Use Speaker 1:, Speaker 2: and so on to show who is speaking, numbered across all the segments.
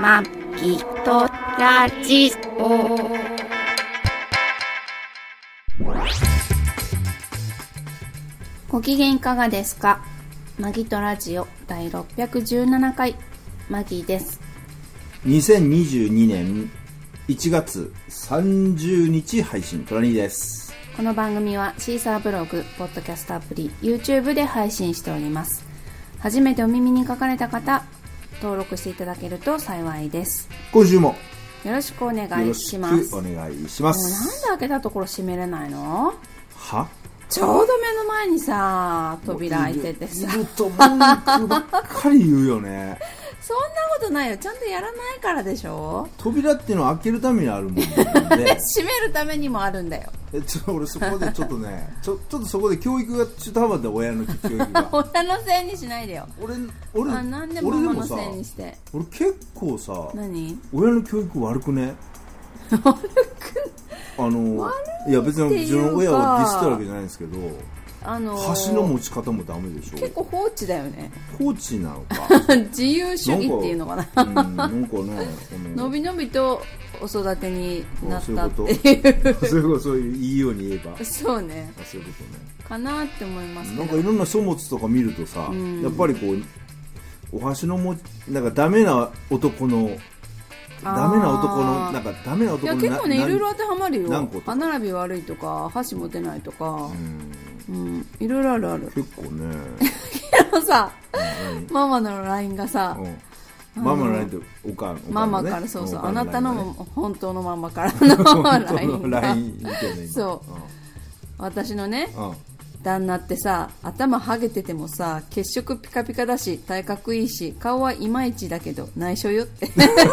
Speaker 1: まきとラジオ。ご機嫌いかがですかマギとラジオ第617回、マギです。
Speaker 2: 2022年1月30日配信トラニーです
Speaker 1: この番組はシーサーブログ、ポッドキャストアプリ、YouTube で配信しております。初めてお耳に書かれた方、登録していただけると幸いです。
Speaker 2: 今週も
Speaker 1: よろしくお願
Speaker 2: よろ
Speaker 1: い
Speaker 2: し
Speaker 1: し
Speaker 2: く
Speaker 1: ます。
Speaker 2: お
Speaker 1: もう
Speaker 2: 願いしま
Speaker 1: なんです開けたところ閉めれないの
Speaker 2: は
Speaker 1: ちょうど目の前にさ、扉開いててさ、
Speaker 2: もういるいると文句ばっかり言うよね
Speaker 1: そんなことないよ。ちゃんとやらないからでしょ
Speaker 2: 扉っていうのは開けるためにあるもんなんで
Speaker 1: 閉めるためにもあるんだよ。
Speaker 2: えちょっと俺そこでちょっとねちょちょっとそこで教育が中途半端で親の教育が
Speaker 1: 親のせいにしないでよ。
Speaker 2: 俺俺
Speaker 1: あ、なんで
Speaker 2: 俺で
Speaker 1: ママ
Speaker 2: も
Speaker 1: の
Speaker 2: さ
Speaker 1: せいにして。
Speaker 2: 俺結構さ
Speaker 1: 何
Speaker 2: 親の教育悪くね悪くあのいや別に自分の親をディスってるわけじゃないんですけど
Speaker 1: あのー
Speaker 2: 橋の持ち方もダメでし
Speaker 1: 結
Speaker 2: ょ
Speaker 1: 構放置だよ ね。
Speaker 2: コーチなのか
Speaker 1: 自由主義っていうのかな。
Speaker 2: うんなんかねこ
Speaker 1: のびのびとお育てになったっていう。
Speaker 2: のそういうことそういういいように言えばあ
Speaker 1: そうね。
Speaker 2: そういうこ
Speaker 1: かなって思いま
Speaker 2: と
Speaker 1: す
Speaker 2: ね
Speaker 1: け
Speaker 2: なん
Speaker 1: ど
Speaker 2: か。いろんな書物とか見るとさ
Speaker 1: ん
Speaker 2: やっぱりこうお箸の持ちなんかダメな男のダメな男
Speaker 1: あ
Speaker 2: の
Speaker 1: ー
Speaker 2: なんかダメな男
Speaker 1: い
Speaker 2: の
Speaker 1: や結構ねい
Speaker 2: な
Speaker 1: ろいろ当てはまる
Speaker 2: 何
Speaker 1: よ
Speaker 2: 個とか
Speaker 1: 歯並び悪いとか箸持てないとか
Speaker 2: うん
Speaker 1: うんいろいろあるある
Speaker 2: 結構ね
Speaker 1: でもさ
Speaker 2: 何
Speaker 1: ママの LINE がさ
Speaker 2: うんママの LINE とおかんおかんのね
Speaker 1: ママからそうそう
Speaker 2: お
Speaker 1: あ
Speaker 2: かん
Speaker 1: なたの
Speaker 2: ラインがね
Speaker 1: も本当のママからの
Speaker 2: 本当
Speaker 1: LINE
Speaker 2: の
Speaker 1: が
Speaker 2: LINE 見てね今
Speaker 1: そ私のね
Speaker 2: うんうん
Speaker 1: 旦那ってさ頭ハゲててもさ血色ピカピカだし体格いいし顔はいまいちだけど内緒よって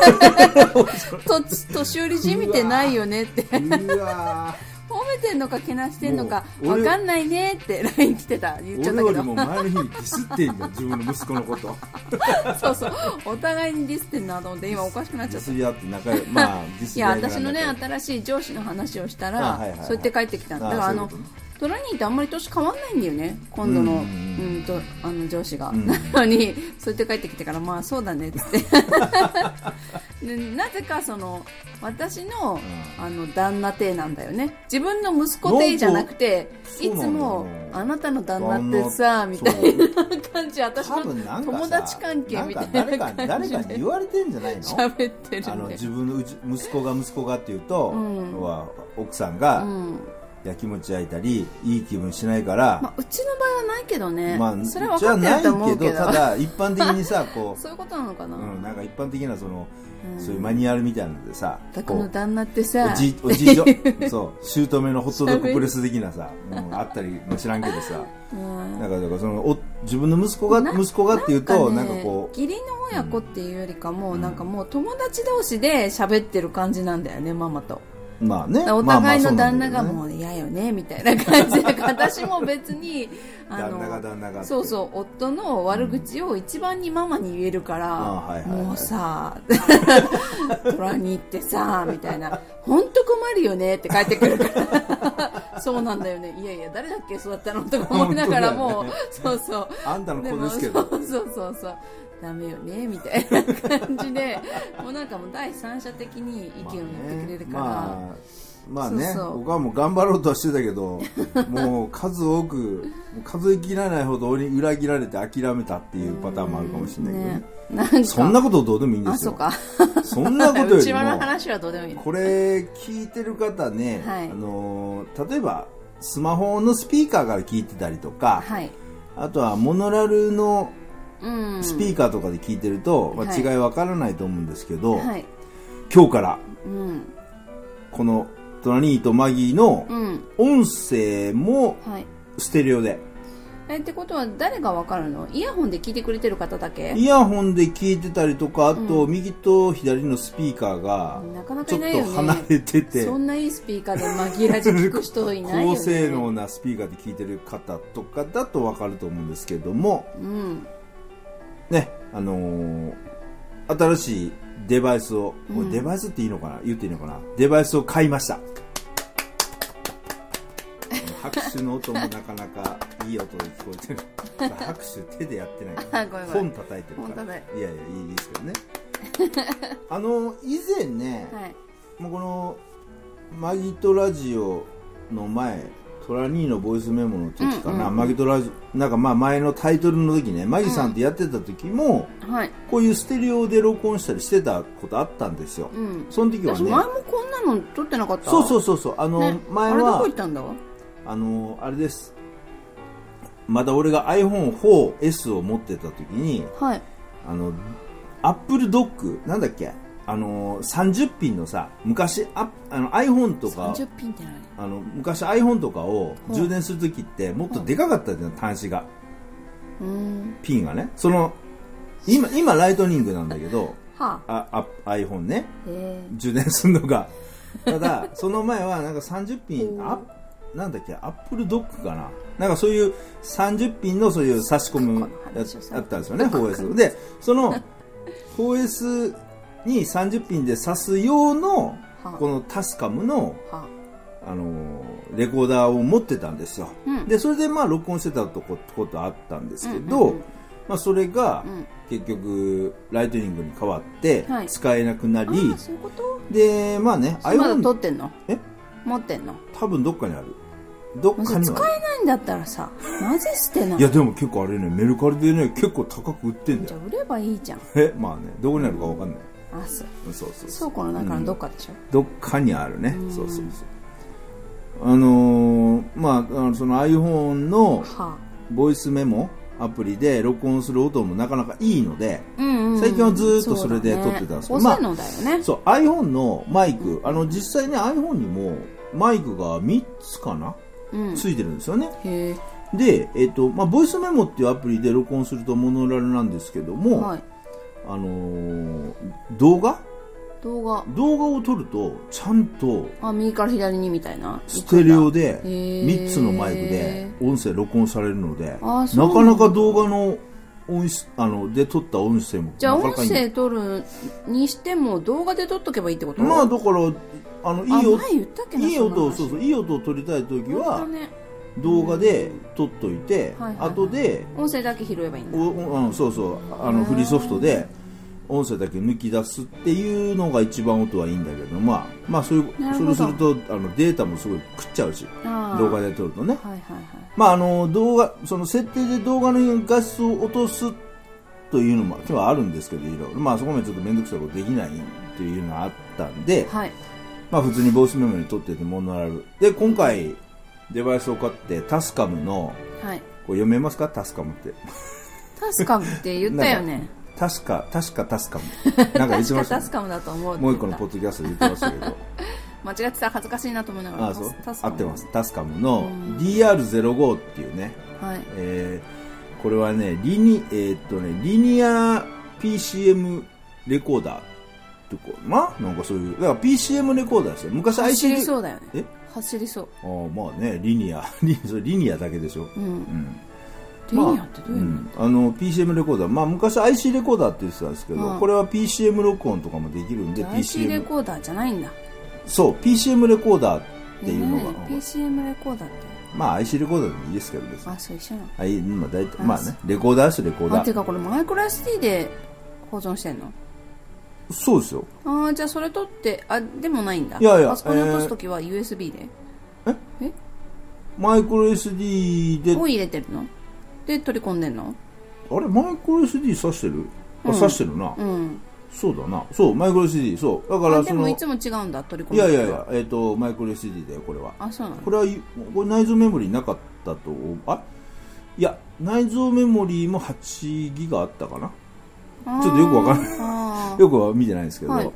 Speaker 1: と年寄りじみてないよねって
Speaker 2: うわ
Speaker 1: 褒めてんのかけなしてんのか
Speaker 2: もう
Speaker 1: わ
Speaker 2: 俺
Speaker 1: かんないねって LINE 来てた言っ
Speaker 2: ー
Speaker 1: ちゃったけ
Speaker 2: 俺より
Speaker 1: ど
Speaker 2: も前の日にディスって んだよ自分の息子のこと
Speaker 1: そうそうお互いにディスってんなと思って今おかしくなっ
Speaker 2: デ
Speaker 1: ち
Speaker 2: ィ
Speaker 1: ゃった
Speaker 2: スり合って仲良いまあディス
Speaker 1: い
Speaker 2: り
Speaker 1: や
Speaker 2: 合ながら
Speaker 1: 私のね
Speaker 2: 仲良
Speaker 1: 新
Speaker 2: い
Speaker 1: しい上司の話をした
Speaker 2: あ
Speaker 1: ら
Speaker 2: はいはいはい
Speaker 1: そうやって帰ってきたんだ
Speaker 2: あ
Speaker 1: からあの
Speaker 2: そういうこ
Speaker 1: トラニーとあんまり年変わんないんだよね今度の
Speaker 2: うん
Speaker 1: う
Speaker 2: うん
Speaker 1: んとあの上司が、
Speaker 2: ん
Speaker 1: なのにそうやって帰ってきてからまあそうだねっつって でなぜかその私の,、
Speaker 2: う
Speaker 1: あの旦那邸なんだよね自分の息子邸じゃなくてい
Speaker 2: そう
Speaker 1: つ
Speaker 2: なの
Speaker 1: も
Speaker 2: よ
Speaker 1: あなたの旦那ってさ
Speaker 2: 旦那
Speaker 1: みたいな感じ私の
Speaker 2: 多分なんかさ
Speaker 1: 友達関係みた
Speaker 2: なんか
Speaker 1: いな
Speaker 2: 誰か
Speaker 1: 感
Speaker 2: に
Speaker 1: じ
Speaker 2: 誰かに
Speaker 1: で
Speaker 2: 言われてんじゃないの
Speaker 1: 喋ってる
Speaker 2: あの
Speaker 1: んで
Speaker 2: 自分のうち息子が息子がっていうと、
Speaker 1: うん
Speaker 2: は奥さんが
Speaker 1: うん
Speaker 2: やきもち焼いたりいい気分しないから、
Speaker 1: まあ、うちの場合はないけどね、
Speaker 2: まあ、
Speaker 1: それは分かってると思うけ
Speaker 2: じ
Speaker 1: ど
Speaker 2: ゃないけどただ一般的にさこ
Speaker 1: そういうことなのか
Speaker 2: う、
Speaker 1: な、
Speaker 2: うん、なんか一般的なその、そういうマニュアルみたいなのでさ
Speaker 1: 宅
Speaker 2: こ
Speaker 1: の
Speaker 2: う
Speaker 1: 旦那ってさ
Speaker 2: おじおじ いちょそう姑のホットドッグプレス的なさ、うん、あったりも知らんけどさ
Speaker 1: うん
Speaker 2: なんかだからそのお自分の息子が
Speaker 1: な
Speaker 2: 息子がっていうとなんか,、
Speaker 1: ね
Speaker 2: こう
Speaker 1: 義理の親子っていうよりかも、なんかもう友達同士で喋ってる感じなんだよねママと
Speaker 2: まあね
Speaker 1: お
Speaker 2: まあま
Speaker 1: 互
Speaker 2: あ
Speaker 1: い
Speaker 2: そ
Speaker 1: の
Speaker 2: うな
Speaker 1: 旦
Speaker 2: んだ
Speaker 1: 那
Speaker 2: け
Speaker 1: が
Speaker 2: どね
Speaker 1: もう嫌よねみたいな感じだから私も別 にあの
Speaker 2: 旦那が旦那がって
Speaker 1: そうそう夫の悪口を一番にママに言えるから、
Speaker 2: あはいはいはい
Speaker 1: もうさ トラに行ってさみたいな本当困るよねって帰ってくるから そうなんだよねいやいや誰だっけ育ったのとか思いながらもう、
Speaker 2: 本
Speaker 1: そうそう
Speaker 2: あんたの
Speaker 1: で
Speaker 2: 子
Speaker 1: も
Speaker 2: ですけ
Speaker 1: そ
Speaker 2: ど
Speaker 1: うそうそうそうダメよねみたいな感じでもうなんかもう第三者的に意見を言ってくれるから、
Speaker 2: まあまあね、
Speaker 1: そうそう
Speaker 2: 僕はもう頑張ろうとはしてたけ どもう数多くもう数え切らないほど俺に裏切られて諦めたっていうパターンもあるかもしれないけどね
Speaker 1: ねなんか
Speaker 2: そんなことどうでもいいんで
Speaker 1: あ
Speaker 2: す
Speaker 1: そう
Speaker 2: よ
Speaker 1: か
Speaker 2: そんなこと よ
Speaker 1: 内
Speaker 2: り
Speaker 1: 輪の
Speaker 2: も
Speaker 1: 話はどうでもいい
Speaker 2: これ聞いてる方ね、
Speaker 1: はい
Speaker 2: あのー例えばスマホのスピーカーから聞いてたりとか、
Speaker 1: はい
Speaker 2: あとはモノラルの
Speaker 1: うん
Speaker 2: スピーカーとかで聞いてると、ま
Speaker 1: は
Speaker 2: あ、
Speaker 1: い
Speaker 2: 違いわからないと思うんですけど、
Speaker 1: はい
Speaker 2: 今日から
Speaker 1: うん
Speaker 2: このトラニーとマギーの
Speaker 1: うん
Speaker 2: 音声も
Speaker 1: はい
Speaker 2: ステレオで
Speaker 1: えってことは誰がわかるのイヤホンで聞いてくれてる方だけ
Speaker 2: イヤホンで聞いてたりとかあと右と左のスピーカーが
Speaker 1: なかなか
Speaker 2: ちょ
Speaker 1: い
Speaker 2: っ
Speaker 1: ないよ
Speaker 2: と
Speaker 1: ね
Speaker 2: 離れてて
Speaker 1: そんないいスピーカーで紛らじ聞く人いないよね
Speaker 2: 高性能なスピーカーで聞いてる方とかだと分かると思うんですけども
Speaker 1: うん
Speaker 2: ねあのー新しいデバイスを、もうデバイスっていいのかな言っていいのかなデバイスを買い ました拍手の音もなかなかいい音で聞こえてる拍手手でやってないから
Speaker 1: あごめんごめん
Speaker 2: 本叩いてる
Speaker 1: 本
Speaker 2: か
Speaker 1: 叩
Speaker 2: らいやいやいいですけどねあの以前ね、
Speaker 1: はい
Speaker 2: もうこのマギトラジオの前トラ兄のボイスメモの時か
Speaker 1: うん
Speaker 2: な、
Speaker 1: うん
Speaker 2: マギトラジオなんかまあ前のタイトルの時ねマギさんってやってた時も、
Speaker 1: はい
Speaker 2: こういうステレオで録音したりしてたことあったんですよ、
Speaker 1: うん
Speaker 2: その時は
Speaker 1: 私
Speaker 2: ね
Speaker 1: 前もこんなの撮ってなかった
Speaker 2: そうそううそうそうあの、
Speaker 1: ね、
Speaker 2: 前
Speaker 1: あれどこ
Speaker 2: は
Speaker 1: 行ったんだわ
Speaker 2: あのあれですまだ俺が iPhone4S を持ってた時に
Speaker 1: はい
Speaker 2: あのアップルドックなんだっけあの30ピンのさ昔ああの iPhone とか
Speaker 1: 30ピンって何
Speaker 2: あの昔 iPhone とかを
Speaker 1: うん
Speaker 2: 充電するときってもっとでかかったじゃん端子が
Speaker 1: うーん
Speaker 2: ピンがねその今今ライトニングなんだけど
Speaker 1: はあ
Speaker 2: ああ iPhone ね
Speaker 1: え
Speaker 2: 充電するのがただその前はなんか30ピン
Speaker 1: おー
Speaker 2: あなんだっけアップルドックかななんかそういう30ピンのそういう差し込むやつあったんですよね 4S でその 4S に30ピンで挿す用の
Speaker 1: はあ
Speaker 2: このタスカムの
Speaker 1: ー、はあ
Speaker 2: あのーレコーダーを持ってたんですよ、
Speaker 1: うん
Speaker 2: でそれでまあ録音してたとこことあったんですけど、
Speaker 1: うんうんうん
Speaker 2: まあ、それが
Speaker 1: うん
Speaker 2: 結局ライトニングに変わって
Speaker 1: はい
Speaker 2: 使えなくなり、
Speaker 1: ああそういうこと
Speaker 2: でまあね
Speaker 1: まだ
Speaker 2: iPhone
Speaker 1: 撮ってんの
Speaker 2: え
Speaker 1: 持ってんの
Speaker 2: 多分どっかにあるどっ
Speaker 1: もう
Speaker 2: か
Speaker 1: さ
Speaker 2: に
Speaker 1: 使
Speaker 2: はある
Speaker 1: えないんだったらさなぜ捨てないい
Speaker 2: やでも結構あれねメルカリでね結構高く売ってんだ
Speaker 1: じゃ
Speaker 2: よ
Speaker 1: あ売ればいいじゃん
Speaker 2: えまあねどこにあるかわかんない
Speaker 1: あそう
Speaker 2: うんそうそうそう
Speaker 1: 倉庫の中のどっかでしょ、
Speaker 2: どっかにあるね、そうそうそうあのーまああのその iPhone の
Speaker 1: は
Speaker 2: ボイスメモアプリで録音する音もなかなかいいので、
Speaker 1: あ、うんうんうん
Speaker 2: 最近はずーっとそれで撮ってたんですけど
Speaker 1: そうだね、遅いのだよね、
Speaker 2: そう iPhone のマイク、あの実際ね iPhone にもマイクが3つかな、
Speaker 1: うん、
Speaker 2: ついてるんですよね
Speaker 1: へ
Speaker 2: で、えっとまあ、ボイスメモっていうアプリで録音するとモノラルなんですけど
Speaker 1: え、
Speaker 2: も、
Speaker 1: はい、
Speaker 2: あのー動画
Speaker 1: 動画
Speaker 2: 動画を撮るとちゃんと
Speaker 1: あ右から左にみたいな
Speaker 2: ステレオで
Speaker 1: へー
Speaker 2: 3つのマイクで音声録音されるので
Speaker 1: あー
Speaker 2: な
Speaker 1: そう
Speaker 2: かなか動画の音質あので撮った音声も
Speaker 1: じゃあ
Speaker 2: なかな
Speaker 1: 音
Speaker 2: かいい
Speaker 1: 声撮るにしても動画で撮っとけばいいってこと
Speaker 2: まあだからあのいい
Speaker 1: あ
Speaker 2: 音
Speaker 1: 前言ったっけない
Speaker 2: い音を
Speaker 1: そ
Speaker 2: そ
Speaker 1: ん
Speaker 2: う
Speaker 1: な
Speaker 2: そういい音を撮りたい時
Speaker 1: 話
Speaker 2: は
Speaker 1: 本当だね
Speaker 2: 動画で撮っといて、
Speaker 1: はいはいはい
Speaker 2: 後で
Speaker 1: 音声だけ拾えばいいんだ
Speaker 2: おおうんそうそうあのフリーソフトで音声だけ抜き出すっていうのが一番音はいいんだけどまあまあそういう
Speaker 1: なる
Speaker 2: そ
Speaker 1: ほど
Speaker 2: れするとあのデータもすごい食っちゃうし
Speaker 1: あー
Speaker 2: 動画で撮るとね
Speaker 1: はいはいはい
Speaker 2: まああの動画その設定で動画の画質を落とすというのも今日はあるんですけどいろいろまあそこまでちょっと面倒くさいことできないっていうのがあったんで、
Speaker 1: はい
Speaker 2: まあ普通にボイスメモに撮っててもならる。で、今回、デバイスを買って、タスカムの、
Speaker 1: はい
Speaker 2: これ読めますかタスカムって。
Speaker 1: タスカムって言ったよね
Speaker 2: タスカ、タスカタス カム。なんか言ってま
Speaker 1: 確か
Speaker 2: した
Speaker 1: タ
Speaker 2: ね
Speaker 1: ス。カムだと思うって
Speaker 2: も
Speaker 1: 言
Speaker 2: う
Speaker 1: っ
Speaker 2: 一
Speaker 1: た
Speaker 2: 個のポッドキャストで言ってましたけど。
Speaker 1: 間違ってたら恥ずかしいなと思いながら
Speaker 2: ああ、そう
Speaker 1: タス。
Speaker 2: 合
Speaker 1: カム
Speaker 2: ってます。タスカムの
Speaker 1: うん
Speaker 2: DR05 っていうね、
Speaker 1: はい
Speaker 2: えー、これはね、リニ、えーっとね、リニア PCM レコーダーってこう、まあなんかそういう、だから PCM レコーダーですよ。昔
Speaker 1: 走
Speaker 2: IC レ
Speaker 1: りそうだよね
Speaker 2: え
Speaker 1: 走りそう
Speaker 2: あーまあね、リニア、リ ニアそれリニアだけでしょ。
Speaker 1: うん
Speaker 2: うん。
Speaker 1: リニアってどういうの、
Speaker 2: まあうんあの PCM レコーダー、まあ、昔 IC レコーダーって言ってたんですけど、
Speaker 1: うん
Speaker 2: これは PCM 録音とかもできるんで
Speaker 1: IC レ
Speaker 2: PCM
Speaker 1: コーダーじゃないんだっ
Speaker 2: そう PCM レコーダーっていうのが、
Speaker 1: PCM レコーダーって
Speaker 2: まあ IC レコーダーでもいいですけど別に
Speaker 1: あそう一緒なの
Speaker 2: あいいまあ大体
Speaker 1: あ
Speaker 2: まあねレコーダーですレコー
Speaker 1: あ
Speaker 2: ダ
Speaker 1: ていう
Speaker 2: ー
Speaker 1: かこれマイクロ SD で保存してんの
Speaker 2: そうですよ
Speaker 1: ああじゃあそれ取ってあでもないんだ
Speaker 2: いやいや
Speaker 1: パソコンに落とす時は USB で、
Speaker 2: マイクロ SD で
Speaker 1: を入れてるので取り込んでんの
Speaker 2: あれマイクロ SD 挿してる
Speaker 1: う
Speaker 2: あ
Speaker 1: ん
Speaker 2: 挿してるな、
Speaker 1: うん
Speaker 2: そうだなそうマイクロ SD そうだか
Speaker 1: あ
Speaker 2: ら
Speaker 1: で
Speaker 2: そ
Speaker 1: も
Speaker 2: の
Speaker 1: いつも違うんだ取り込
Speaker 2: い
Speaker 1: む時
Speaker 2: や
Speaker 1: はい
Speaker 2: やいやえっ、とマイクロ SD だよこれは
Speaker 1: あそうなの
Speaker 2: これはいこれ内蔵メモリーなかったと思うあいや内蔵メモリーも8ギガあったかなちょっとよくわかんない
Speaker 1: いあー
Speaker 2: よくは見てないんですけど、
Speaker 1: はい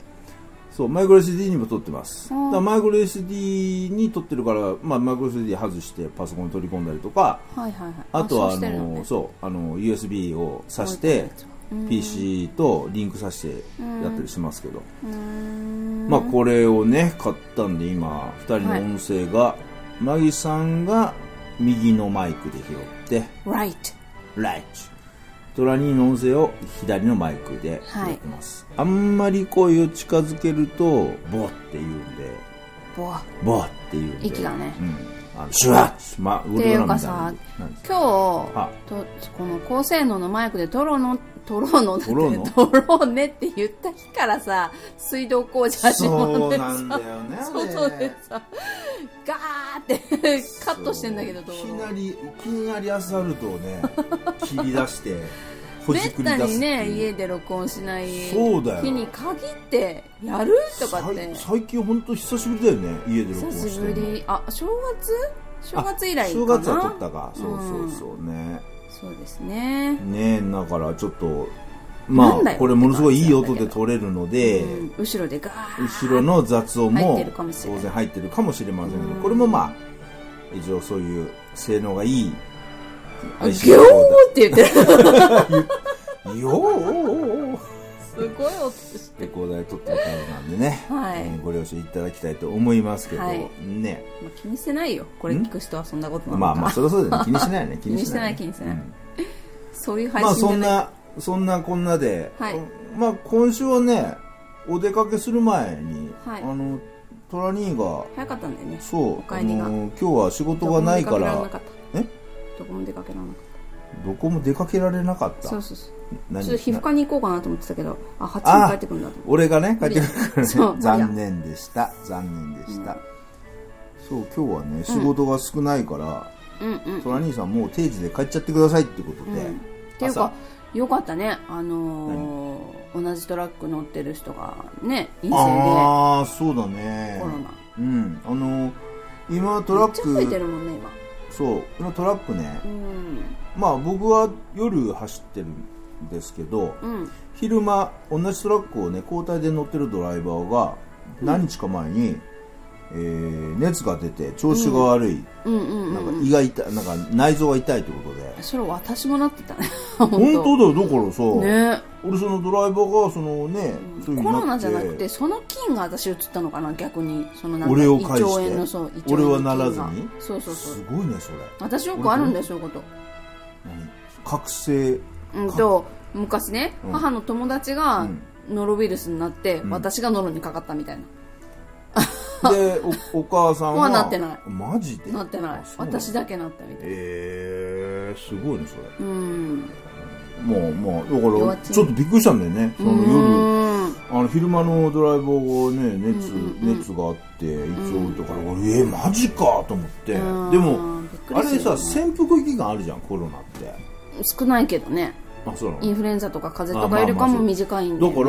Speaker 2: そうマイクロ SD にも撮ってます
Speaker 1: あ
Speaker 2: だ
Speaker 1: ー
Speaker 2: からマイクロ SD に撮ってるから、まあ、マイクロ SD 外してパソコンに取り込んだりとか
Speaker 1: はいはいはい
Speaker 2: あとはあ
Speaker 1: そうしてる
Speaker 2: の
Speaker 1: ね
Speaker 2: そうあの USB を挿し
Speaker 1: 置い
Speaker 2: て
Speaker 1: あるやつはうん
Speaker 2: PC とリンクさせてやったりしますけど、
Speaker 1: うーん
Speaker 2: まあこれをね買ったんで今2人の音声が、マギさんが右のマイクで拾って
Speaker 1: Right
Speaker 2: ライチトラニーの音声を左のマイクでやってます、あんまり声を近づけるとボーって言うんで
Speaker 1: ボア
Speaker 2: ボーって言うんで
Speaker 1: 息がね
Speaker 2: うん、あのシュワッまあウルトラマンみたいな
Speaker 1: っていうか
Speaker 2: なんです
Speaker 1: 今日
Speaker 2: あ
Speaker 1: とこの高性能のマイクで撮ろうの 取ろうのだって
Speaker 2: 取ろう の
Speaker 1: 取ろうねって言った日からさ水道工事始まっ
Speaker 2: そう
Speaker 1: て
Speaker 2: なんだ
Speaker 1: さ
Speaker 2: よねあれ
Speaker 1: 外でさガーって カットしてんだけど
Speaker 2: い
Speaker 1: 道
Speaker 2: き
Speaker 1: 路
Speaker 2: なりいきなりアスファルトを ね切り出してほ
Speaker 1: め
Speaker 2: じ
Speaker 1: っ
Speaker 2: くり
Speaker 1: た
Speaker 2: 出
Speaker 1: に
Speaker 2: すって
Speaker 1: ね
Speaker 2: いう
Speaker 1: 家で録音しない
Speaker 2: そうだよ
Speaker 1: 日に限ってやるとかって
Speaker 2: さい最近本当久しぶりだよね家で録音
Speaker 1: 久
Speaker 2: して
Speaker 1: し
Speaker 2: る
Speaker 1: ぶ
Speaker 2: の
Speaker 1: りあ正月正月以来かな
Speaker 2: 正月は撮ったかそう
Speaker 1: うん
Speaker 2: そうそうね、
Speaker 1: そうですね
Speaker 2: ねえだからちょっとま
Speaker 1: なんだ
Speaker 2: あ
Speaker 1: よ
Speaker 2: これものすごいいい音で撮れるので、
Speaker 1: うん後ろでガー
Speaker 2: 後ろの雑音
Speaker 1: 入っ
Speaker 2: も
Speaker 1: てるかもしれな
Speaker 2: 当
Speaker 1: い
Speaker 2: 然入ってるかもしれませんけど、
Speaker 1: うん
Speaker 2: これもまあ一応そういう性能がいい
Speaker 1: ギョーって言ってる
Speaker 2: よー
Speaker 1: すごい音し
Speaker 2: レコーダーで撮ってるからなんでね、
Speaker 1: はい
Speaker 2: えーご了承いただきたいと思いますけど、
Speaker 1: はい
Speaker 2: ね
Speaker 1: まあ気にしてないよこれ聞く人はそんなことなの
Speaker 2: まあ
Speaker 1: か、
Speaker 2: まあそりゃそうだ よね気にしないよね気にしないね
Speaker 1: 気にしてない気にしてない
Speaker 2: うん
Speaker 1: そういう配
Speaker 2: まあ
Speaker 1: 信
Speaker 2: そ
Speaker 1: じゃ
Speaker 2: ん
Speaker 1: ない、
Speaker 2: なそんなこんなで、
Speaker 1: はい
Speaker 2: まあ今週はねお出かけする前に、
Speaker 1: はい
Speaker 2: あのトラ兄が
Speaker 1: 早かったんだよね
Speaker 2: そう
Speaker 1: お帰りが
Speaker 2: あの今日は仕事がないから
Speaker 1: え
Speaker 2: え
Speaker 1: どこも出かけられなかっ
Speaker 2: どこも出かけられなかったた
Speaker 1: そうそうそう
Speaker 2: 何
Speaker 1: ちょっと皮膚科に行こうかなと思ってたけどあ8
Speaker 2: あ
Speaker 1: 時に帰ってくるんだと思
Speaker 2: 俺がね帰ってくるか ら
Speaker 1: そ
Speaker 2: ね
Speaker 1: う
Speaker 2: 残念でした残念でした、そう今日はね仕事が少ないから、
Speaker 1: ううんうん
Speaker 2: トラ兄さんもう定時で帰っちゃってくださいってことで、
Speaker 1: うんっていうかよかったねあのー同じトラック乗ってる人がね陰性
Speaker 2: ああそうだね
Speaker 1: でコロナ
Speaker 2: うんあの今ト
Speaker 1: め
Speaker 2: ラ
Speaker 1: っちゃ増え
Speaker 2: ッ
Speaker 1: て
Speaker 2: ク
Speaker 1: るもんね今
Speaker 2: そう今トラックね
Speaker 1: うん
Speaker 2: まあ僕は夜走ってるんですけど
Speaker 1: うん
Speaker 2: 昼間同じトラックをね交代で乗ってるドライバーが何日か前に、えー熱が出て調子が悪い、
Speaker 1: うんうん
Speaker 2: なんか胃が痛い、なんか内臓が痛いってことで。
Speaker 1: それ私もなってたね
Speaker 2: 本
Speaker 1: 本
Speaker 2: 当だよ、だからさ、
Speaker 1: 当ね
Speaker 2: 俺そのドライバーが、そのね、そういう風に
Speaker 1: コ
Speaker 2: なって
Speaker 1: ロナじゃなくて、その菌が私移ったのかな逆にそのなんか
Speaker 2: 俺
Speaker 1: 胃
Speaker 2: を
Speaker 1: 腸
Speaker 2: 介して
Speaker 1: 炎のそう胃腸
Speaker 2: 俺
Speaker 1: 炎
Speaker 2: は
Speaker 1: の菌が
Speaker 2: ならずに
Speaker 1: そうそうそ
Speaker 2: す
Speaker 1: う
Speaker 2: ごいね、それ。
Speaker 1: 私よくあるんだよそういうこと
Speaker 2: 何 覚醒。
Speaker 1: うんと昔ね、
Speaker 2: うん
Speaker 1: 母の友達が
Speaker 2: うん
Speaker 1: ノロウイルスになって、
Speaker 2: ん
Speaker 1: 私がノロにかかったみたいな、
Speaker 2: で、おお母さんは。
Speaker 1: はなってない
Speaker 2: マジで
Speaker 1: なってない
Speaker 2: あそうの
Speaker 1: 私だけなったみたい
Speaker 2: えー、すごいね、それ。
Speaker 1: うん
Speaker 2: もう、まあ、だ
Speaker 1: 弱
Speaker 2: から、
Speaker 1: っちい
Speaker 2: ちょっとびっくりしたんだよね。そうの夜、
Speaker 1: ーん
Speaker 2: あの昼間のドライバーがね、熱、
Speaker 1: うんうんうん
Speaker 2: 熱があって、胃腸とから、俺、えー、マジかと思って。で
Speaker 1: うん
Speaker 2: も、
Speaker 1: びっく
Speaker 2: あ
Speaker 1: りす
Speaker 2: れ
Speaker 1: るよ
Speaker 2: さ、
Speaker 1: ね
Speaker 2: 潜伏期間あるじゃん、コロナって。
Speaker 1: 少ないけどね
Speaker 2: あ、そうなの
Speaker 1: インフルエンザとか風邪と
Speaker 2: あま
Speaker 1: か
Speaker 2: あ
Speaker 1: よりか
Speaker 2: まあ
Speaker 1: も
Speaker 2: そう
Speaker 1: 短いんだ
Speaker 2: だ
Speaker 1: よ、ね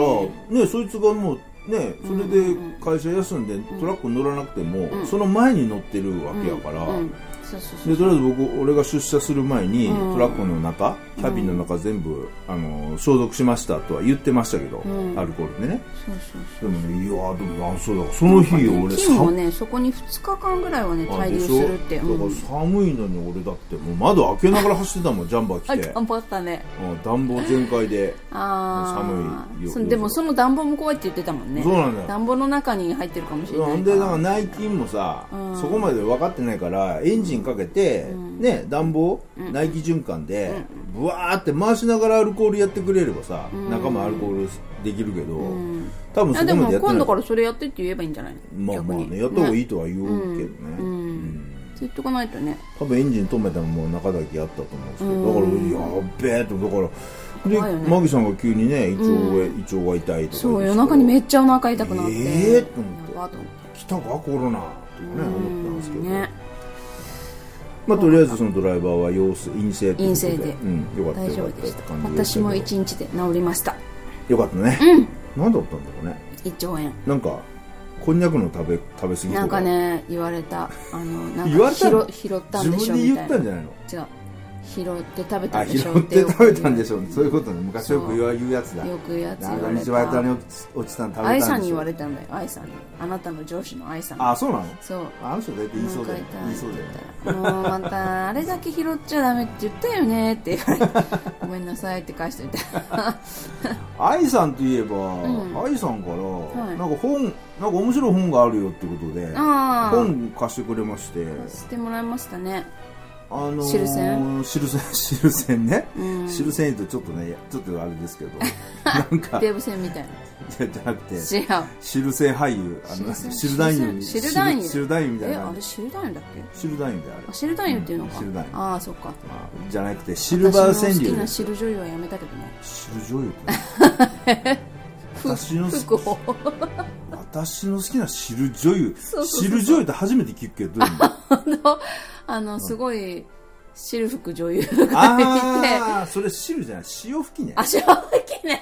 Speaker 2: から、ね、そいつがもう、ね、それで会社休んでトラック乗らなくても、その前に乗ってるわけやから、
Speaker 1: うん、そうそうそう
Speaker 2: でとりあえず僕俺が出社する前に、
Speaker 1: うん
Speaker 2: トラックの中キャビンの中全部、あの消毒しましたとは言ってましたけど、
Speaker 1: うん
Speaker 2: アルコールでね
Speaker 1: そうそう
Speaker 2: でもねいやーでもあそうだその日
Speaker 1: そう
Speaker 2: 俺
Speaker 1: 菌も
Speaker 2: 寒
Speaker 1: ねそこに2日間ぐらいはね滞留
Speaker 2: ですしょ
Speaker 1: るってう
Speaker 2: だ
Speaker 1: ん
Speaker 2: から寒いのに俺だってもう窓開けながら走ってたもんジャンバ
Speaker 1: あ
Speaker 2: ー着て、
Speaker 1: 頑張ったね
Speaker 2: うん、暖房全開で、
Speaker 1: あ
Speaker 2: 寒
Speaker 1: あ
Speaker 2: いよ
Speaker 1: そでもその暖房も怖いって言ってたもんね
Speaker 2: そうなんだよ
Speaker 1: 暖房の中に入ってるかもしれない
Speaker 2: ほんでなんか内勤もさ、
Speaker 1: うん
Speaker 2: そこまで分かってないからエンジンかけて、ね暖房、内気循環で、ブワーって回しながらアルコールやってくれればさ、仲間アルコールできるけど、
Speaker 1: ん
Speaker 2: 多分
Speaker 1: いや
Speaker 2: そ
Speaker 1: で
Speaker 2: こま
Speaker 1: も
Speaker 2: でやって
Speaker 1: 今度
Speaker 2: ない
Speaker 1: からそれやってって言えばいいんじゃないの
Speaker 2: まあ
Speaker 1: 逆
Speaker 2: まあ
Speaker 1: に
Speaker 2: ねやった方がい
Speaker 1: ね
Speaker 2: いとは言うけどね、
Speaker 1: うんって言っとかないとね
Speaker 2: 多分エンジン止めたのも中だけあったと思うんですけど、だからやっべえとだからで、
Speaker 1: 怖いよね
Speaker 2: マギさんが急にね胃腸が、胃腸が痛いとか
Speaker 1: そう夜中にめ
Speaker 2: っ
Speaker 1: っちゃお腹痛くなって
Speaker 2: ええと思って
Speaker 1: やばと思って
Speaker 2: 来たかコロナってね思ったんですけど、
Speaker 1: ね
Speaker 2: まあ、とりあえずそのドライバーは陽性陰性とい
Speaker 1: 陰
Speaker 2: うこと
Speaker 1: 性で
Speaker 2: うん、よかった
Speaker 1: 大
Speaker 2: よ
Speaker 1: 丈
Speaker 2: かっ
Speaker 1: 夫で
Speaker 2: たっ
Speaker 1: してた
Speaker 2: 感じで
Speaker 1: 私
Speaker 2: したけど
Speaker 1: も1日で治りました
Speaker 2: よかったね、なんだったんだろうね
Speaker 1: 胃腸炎
Speaker 2: なんかこんにゃくの食べ食べ過ぎとか
Speaker 1: なんかね言われたあのなん
Speaker 2: 言わ
Speaker 1: か
Speaker 2: れたの
Speaker 1: 拾拾ったん
Speaker 2: 自
Speaker 1: でしょ
Speaker 2: 分で
Speaker 1: み
Speaker 2: 言
Speaker 1: たいな
Speaker 2: った
Speaker 1: ん
Speaker 2: じゃないの
Speaker 1: 違う拾って食べた
Speaker 2: あ
Speaker 1: んで
Speaker 2: 拾
Speaker 1: しょ
Speaker 2: って
Speaker 1: よく
Speaker 2: 食べたん
Speaker 1: 言
Speaker 2: で
Speaker 1: う
Speaker 2: しょうそういうことね昔よく言わ言うやつだ
Speaker 1: よく言うやつ
Speaker 2: なん
Speaker 1: 言
Speaker 2: か
Speaker 1: われ
Speaker 2: 道端
Speaker 1: た
Speaker 2: に落ちおちたん食べたんでしょ
Speaker 1: 愛さんに言われたんだよ愛さんにあなたの上司の愛さんに
Speaker 2: あそうなの
Speaker 1: そう
Speaker 2: あの人大体言いそうだよね言いそうだよね
Speaker 1: もうまたあれだけ拾っちゃダメって言ったよねって言 われてごめんなさいって返してみた
Speaker 2: 愛さんといえば、
Speaker 1: ん
Speaker 2: 愛さんから、
Speaker 1: い
Speaker 2: なんか本なんか面白い本があるよってことで
Speaker 1: あー
Speaker 2: 本貸してくれまして
Speaker 1: してもらいましたね
Speaker 2: あのー、
Speaker 1: 汁栓
Speaker 2: 汁栓 汁栓ね、
Speaker 1: うん
Speaker 2: 汁栓言うとちょっとねちょっとあれですけ どなんか
Speaker 1: デブ戦みたいな
Speaker 2: じゃじゃなくて
Speaker 1: 違う
Speaker 2: 汁栓俳優あの汁
Speaker 1: 汁
Speaker 2: 男
Speaker 1: 栓
Speaker 2: 優
Speaker 1: 汁男優
Speaker 2: 汁男優みたい
Speaker 1: え
Speaker 2: な
Speaker 1: あ
Speaker 2: 感
Speaker 1: れ
Speaker 2: じ
Speaker 1: シルダーニだっけ
Speaker 2: 汁男優だよあ
Speaker 1: あ
Speaker 2: れ
Speaker 1: シルダーニっていうのか、
Speaker 2: うんシルダーニ
Speaker 1: ああそっか
Speaker 2: まあじゃなくてシルバー川
Speaker 1: 私の好
Speaker 2: 柳
Speaker 1: きな
Speaker 2: です
Speaker 1: 汁女優はやめたけどね
Speaker 2: 汁女優ってね 私の好き
Speaker 1: 服を
Speaker 2: 私の好きな汁女優
Speaker 1: そうそうそう
Speaker 2: 汁女優って初めて聞くけどどういう 意味
Speaker 1: あのあのすごい汁服女優がいて
Speaker 2: ああそれ汁じゃない潮吹きね
Speaker 1: 足は大きいね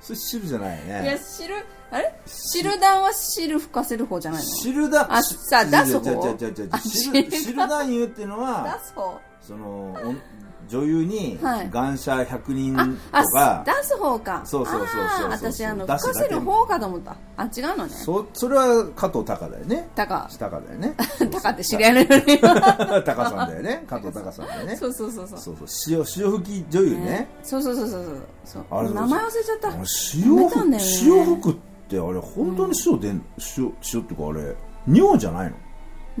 Speaker 2: それ汁じゃない
Speaker 1: いや
Speaker 2: ね
Speaker 1: 汁あれ汁団は汁吹かせる方じゃないの
Speaker 2: 汁だ
Speaker 1: あさあ出す方
Speaker 2: じゃじゃじゃじゃ
Speaker 1: あ
Speaker 2: 汁
Speaker 1: 汁
Speaker 2: 汁男優っていうのは
Speaker 1: 出す方
Speaker 2: そのお女優に
Speaker 1: はい
Speaker 2: 願者100人
Speaker 1: あ
Speaker 2: とか、
Speaker 1: 出す方か
Speaker 2: そうそうそうそう
Speaker 1: あー
Speaker 2: そうそう
Speaker 1: 私あの
Speaker 2: 出
Speaker 1: 吹
Speaker 2: すだ
Speaker 1: か
Speaker 2: け
Speaker 1: せる方かと思ったあ違うのね
Speaker 2: そそれは加藤鷹だよね
Speaker 1: たか
Speaker 2: 鷹だよ ね
Speaker 1: たかって知り合いのよね
Speaker 2: 鷹さんだよね加藤鷹さんだよね
Speaker 1: そうそうそうそう
Speaker 2: そうそう潮潮吹き女優ね
Speaker 1: そうそうそうそうそう
Speaker 2: あれ
Speaker 1: 名前忘れちゃった
Speaker 2: あれ
Speaker 1: や
Speaker 2: 潮
Speaker 1: めたん
Speaker 2: 吹
Speaker 1: だよね
Speaker 2: 潮吹くってあれ本当に潮出んの潮潮っていうかあれ尿じゃないの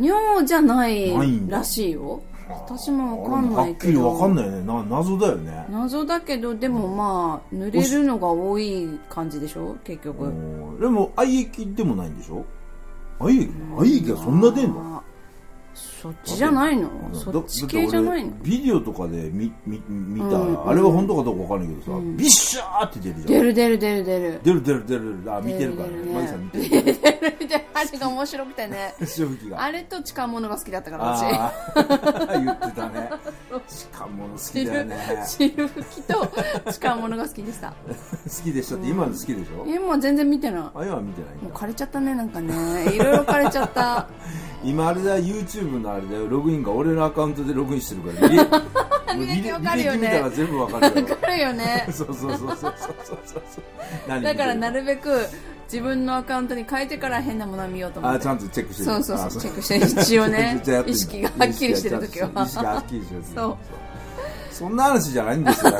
Speaker 1: 尿じゃない
Speaker 2: ないんだ
Speaker 1: らしいよ私もわかんないけ
Speaker 2: あれも
Speaker 1: ど
Speaker 2: はっきりわかんないよねな謎だよね
Speaker 1: 謎だけどでもまあ濡れるのが多い感じでしょ結局
Speaker 2: うんでも愛液でもないんでしょ愛液愛液がそんな出んの
Speaker 1: あそっちじゃないのそっち系じゃないの
Speaker 2: だだって俺ビデオとかで見見見たら、
Speaker 1: うんうん
Speaker 2: あれは本当かどうかわかんないけどさ、ビッシャーって出るじゃ
Speaker 1: 出
Speaker 2: ん
Speaker 1: る出る出る出る
Speaker 2: 出る出る出る出るあ見てるから
Speaker 1: 出
Speaker 2: ね
Speaker 1: る出る
Speaker 2: マギさん見てるか
Speaker 1: 出る出る話が面白くて ね
Speaker 2: ら潮吹きが
Speaker 1: あれと近物が好きだったから私
Speaker 2: ああ言ってたねしかも好きだよね
Speaker 1: 汁吹きと近物が好きでした
Speaker 2: 好きでしたって今の好きでしょ、
Speaker 1: えもう全然見てないも
Speaker 2: あ今は見てないうんだ
Speaker 1: 枯れちゃったねなんかねいろいろ枯れちゃった
Speaker 2: 今あれだ YouTube のあれだよログインが俺のアカウントでログインしてるから履歴 もう
Speaker 1: 履歴わかるよね
Speaker 2: 履歴見たら全部わかる
Speaker 1: わ
Speaker 2: よ
Speaker 1: かるよね
Speaker 2: そうそうそうそうそうそうそう何見て
Speaker 1: だからな
Speaker 2: る
Speaker 1: るべく自分のアカウントに変えてから変なものは見ようと思っ
Speaker 2: あ
Speaker 1: て
Speaker 2: ちゃんとチェックして
Speaker 1: そう
Speaker 2: る
Speaker 1: そう
Speaker 2: あ
Speaker 1: そうチェックして一応 ね
Speaker 2: じゃあやって
Speaker 1: 意
Speaker 2: んだ
Speaker 1: 識がはっきりしてる時は
Speaker 2: 意識がはっきりしてる時
Speaker 1: そう
Speaker 2: そんな話じゃないんですよ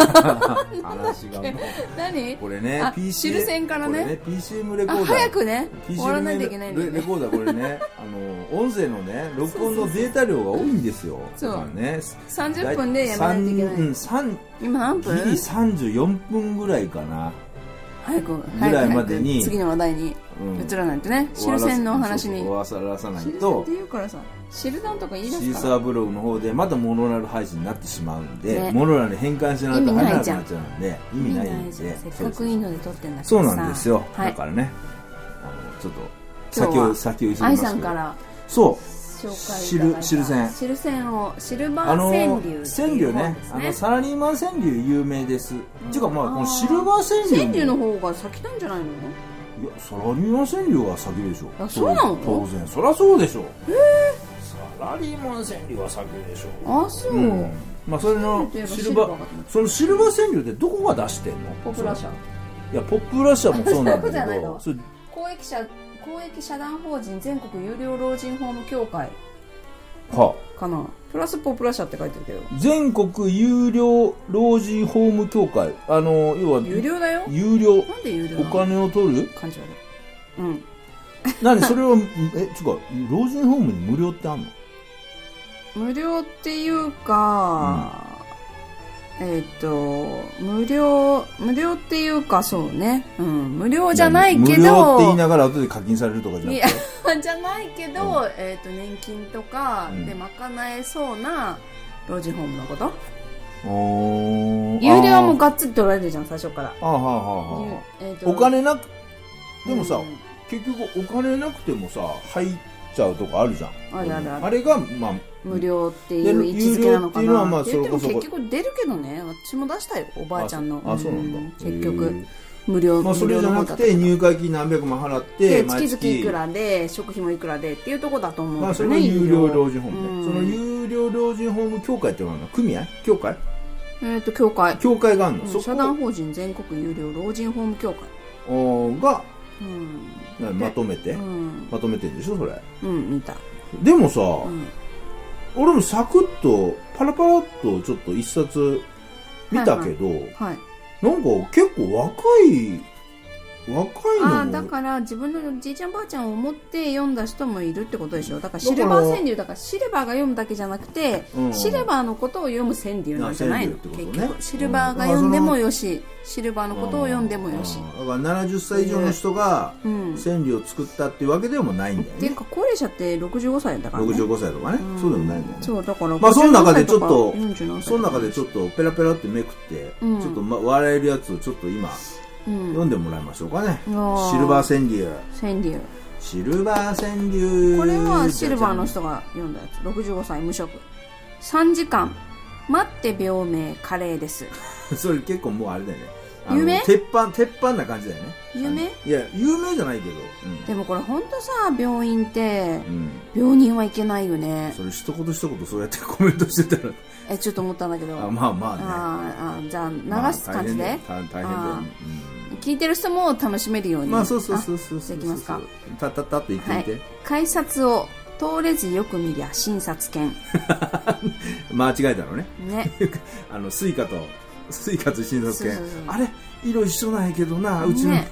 Speaker 2: 話がもう
Speaker 1: 何
Speaker 2: これね
Speaker 1: あ
Speaker 2: PCM
Speaker 1: 汁線からね
Speaker 2: これ PCM レコ
Speaker 1: あ
Speaker 2: ーダー
Speaker 1: 早くね
Speaker 2: PCM
Speaker 1: 終わらないといけないんだよ
Speaker 2: レレ
Speaker 1: ね
Speaker 2: コーダーこれねあの音声のね録音のデータ量が多いんですよ
Speaker 1: そう
Speaker 2: だからね
Speaker 1: 30分でやめないといけない
Speaker 2: うん3
Speaker 1: 今何
Speaker 2: ギリ
Speaker 1: 分
Speaker 2: 34分ぐらいかな
Speaker 1: 早く
Speaker 2: ぐらい
Speaker 1: 早く
Speaker 2: までに
Speaker 1: 早く次の話題に
Speaker 2: うん
Speaker 1: 移らないとね汁線のお話に
Speaker 2: 終わらせ終わらさない
Speaker 1: 汁線っ
Speaker 2: と
Speaker 1: ていうからさ汁団とか言い
Speaker 2: シ
Speaker 1: 出
Speaker 2: ー
Speaker 1: すか
Speaker 2: サ
Speaker 1: ら
Speaker 2: ーブログの方でまたモノラル配信になってしまうんで、
Speaker 1: ね
Speaker 2: モノラルに変換しないと入らなくなっち
Speaker 1: 意
Speaker 2: ゃ
Speaker 1: 味ない
Speaker 2: うんで意味ないんで
Speaker 1: じゃんせっかくいいので撮ってんだからさ
Speaker 2: そうなんですよ、
Speaker 1: は
Speaker 2: だ
Speaker 1: い
Speaker 2: からねあのちょっと
Speaker 1: 今
Speaker 2: 先
Speaker 1: 日
Speaker 2: を
Speaker 1: は
Speaker 2: 先を急ぎます
Speaker 1: 愛
Speaker 2: けど
Speaker 1: さんから
Speaker 2: そう
Speaker 1: 紹介いただいた
Speaker 2: 汁汁線
Speaker 1: 汁線をシルバ
Speaker 2: あ
Speaker 1: ー
Speaker 2: の
Speaker 1: 川柳っ
Speaker 2: 川柳
Speaker 1: ていう方
Speaker 2: ね
Speaker 1: です
Speaker 2: あ
Speaker 1: ね
Speaker 2: のサラリーマン川柳有名です、っていうかまあ
Speaker 1: あー
Speaker 2: このシルバー川柳
Speaker 1: 川柳の方が先なんじゃないの
Speaker 2: いやサラリーマン川柳が先でしょ
Speaker 1: あそうなの
Speaker 2: 当然そりゃそうでしょへサラリーマン川柳が先でしょ
Speaker 1: あそう、
Speaker 2: うんまあ、それの
Speaker 1: シルバー
Speaker 2: シルバーそのシルバー川柳ってどこが出してんの
Speaker 1: ポプラ社
Speaker 2: いやポップラ社もそうなん
Speaker 1: そうじ
Speaker 2: だ
Speaker 1: ゃ
Speaker 2: け
Speaker 1: ない
Speaker 2: ど
Speaker 1: の
Speaker 2: それ
Speaker 1: 公益社公益社団法人全国有料老人ホーム協会
Speaker 2: は
Speaker 1: かなプラスポプラ社って書いてるけど
Speaker 2: あ全国有料老人ホーム協会あの要は
Speaker 1: 有料だよ
Speaker 2: 有料
Speaker 1: なんで有料
Speaker 2: お
Speaker 1: なの
Speaker 2: 金を取る
Speaker 1: 感じ悪いうん
Speaker 2: 何それはえつうか老人ホームに無料ってあんの
Speaker 1: 無料っていうか、えっ、と無料無料っていうかそうね、うん、無料じゃないけど
Speaker 2: 無料って言いながら後で課金されるとかじゃないく
Speaker 1: や
Speaker 2: て
Speaker 1: じゃないけど、えっ、と年金とか
Speaker 2: うん
Speaker 1: で賄えそうな老人ホームのこと、
Speaker 2: おー
Speaker 1: 有料はもう
Speaker 2: あー
Speaker 1: がっつり取られるじゃん最初から、
Speaker 2: あーはあはあはあ
Speaker 1: ゆえーと
Speaker 2: お金なくでもさ、
Speaker 1: うん
Speaker 2: 結局お金なくてもさ入っちゃうとこあるじゃん
Speaker 1: あるあるある
Speaker 2: れがまあ
Speaker 1: 無料っていう位置づけなのか
Speaker 2: 有料っていうのはま
Speaker 1: な
Speaker 2: あ
Speaker 1: って言っても
Speaker 2: それこそ
Speaker 1: 結局出るけどね私も出したよおばあちゃんの
Speaker 2: あそうなんだ
Speaker 1: う結
Speaker 2: へ
Speaker 1: 局
Speaker 2: ー
Speaker 1: 無料、
Speaker 2: まあ、
Speaker 1: 無
Speaker 2: それ
Speaker 1: 料
Speaker 2: じゃ
Speaker 1: の
Speaker 2: な
Speaker 1: 方
Speaker 2: く
Speaker 1: だ
Speaker 2: て入会金何百万払って
Speaker 1: で
Speaker 2: 毎
Speaker 1: 月々いくらで食費もいくらでっていうとこだと思う
Speaker 2: まあ、
Speaker 1: け
Speaker 2: そ
Speaker 1: ど
Speaker 2: れ
Speaker 1: ね、
Speaker 2: が有料老人ホー
Speaker 1: う
Speaker 2: ム
Speaker 1: ん
Speaker 2: でその有料老人ホーム協会ってのは何組合協会
Speaker 1: えっ、と協会
Speaker 2: 協会があるの、
Speaker 1: うん
Speaker 2: そ
Speaker 1: 社団
Speaker 2: こ
Speaker 1: 法人全国有料老人ホーム協会
Speaker 2: おーが
Speaker 1: うん
Speaker 2: なまとめて、
Speaker 1: うん
Speaker 2: まとめてんでしょそれ
Speaker 1: うん見た
Speaker 2: でもさ、
Speaker 1: うん
Speaker 2: 俺もサクッとパラパラっとちょっと一冊見たけど、
Speaker 1: はい
Speaker 2: なんか結構若い若い
Speaker 1: ああ
Speaker 2: の
Speaker 1: だ
Speaker 2: も
Speaker 1: から自分のじいちゃんばあちゃんを思って読んだ人もいるってことでしょだからシルバー川柳だからシルバーが読むだけじゃなくて、
Speaker 2: うん
Speaker 1: シルバーのことを読む川柳なんじゃないの、
Speaker 2: あ川柳
Speaker 1: 結
Speaker 2: ってことね
Speaker 1: 局シルバーが読んでもよしシルバーのことを読んでもよし、
Speaker 2: うんだから70歳以上の人が
Speaker 1: うん
Speaker 2: 川柳を作ったっていうわけでもないんだよ
Speaker 1: ってい
Speaker 2: ね
Speaker 1: うか高齢者って65歳だから、ね、
Speaker 2: 65歳とかね、そうでもないんだよね
Speaker 1: そうだから
Speaker 2: まあその中でちょっと
Speaker 1: 50歳か47歳
Speaker 2: その中でちょっとペラペラってめくって、
Speaker 1: うん
Speaker 2: ちょっとま笑えるやつをちょっと今
Speaker 1: うん
Speaker 2: 読んでもらいましょうかね、
Speaker 1: ー
Speaker 2: シルバー川柳
Speaker 1: 川柳
Speaker 2: シルバー川柳
Speaker 1: これはシルバーの人が読んだやつ65歳無職3時間待って病名カレーです
Speaker 2: それ結構もうあれだよねあの
Speaker 1: 夢
Speaker 2: 鉄板鉄板な感じだよね
Speaker 1: 夢
Speaker 2: いや有名じゃないけど
Speaker 1: でもこれほんとさ病院って
Speaker 2: うん、うん、
Speaker 1: 病人はいけないよね
Speaker 2: それ一言一言そうやってコメントして たら
Speaker 1: えちょっと思ったんだけど
Speaker 2: あ
Speaker 1: あ、
Speaker 2: まあまあね
Speaker 1: あーじゃあ流
Speaker 2: まあ
Speaker 1: す感じで、
Speaker 2: 大変だよ大大変だよ
Speaker 1: あ
Speaker 2: ね、
Speaker 1: 聞いてる人も楽しめるよう
Speaker 2: う
Speaker 1: に
Speaker 2: ん、まあそうそうそうそうそう
Speaker 1: あじゃあ行きますか
Speaker 2: たたたって言って
Speaker 1: は
Speaker 2: み
Speaker 1: い
Speaker 2: て、
Speaker 1: 改札を通れずよく見りゃ診察券
Speaker 2: 間違えたのね
Speaker 1: ね
Speaker 2: あのスイカとスイカと診察
Speaker 1: そう
Speaker 2: 券
Speaker 1: そうそう
Speaker 2: あれ色一緒なんやけどなうちの、
Speaker 1: ね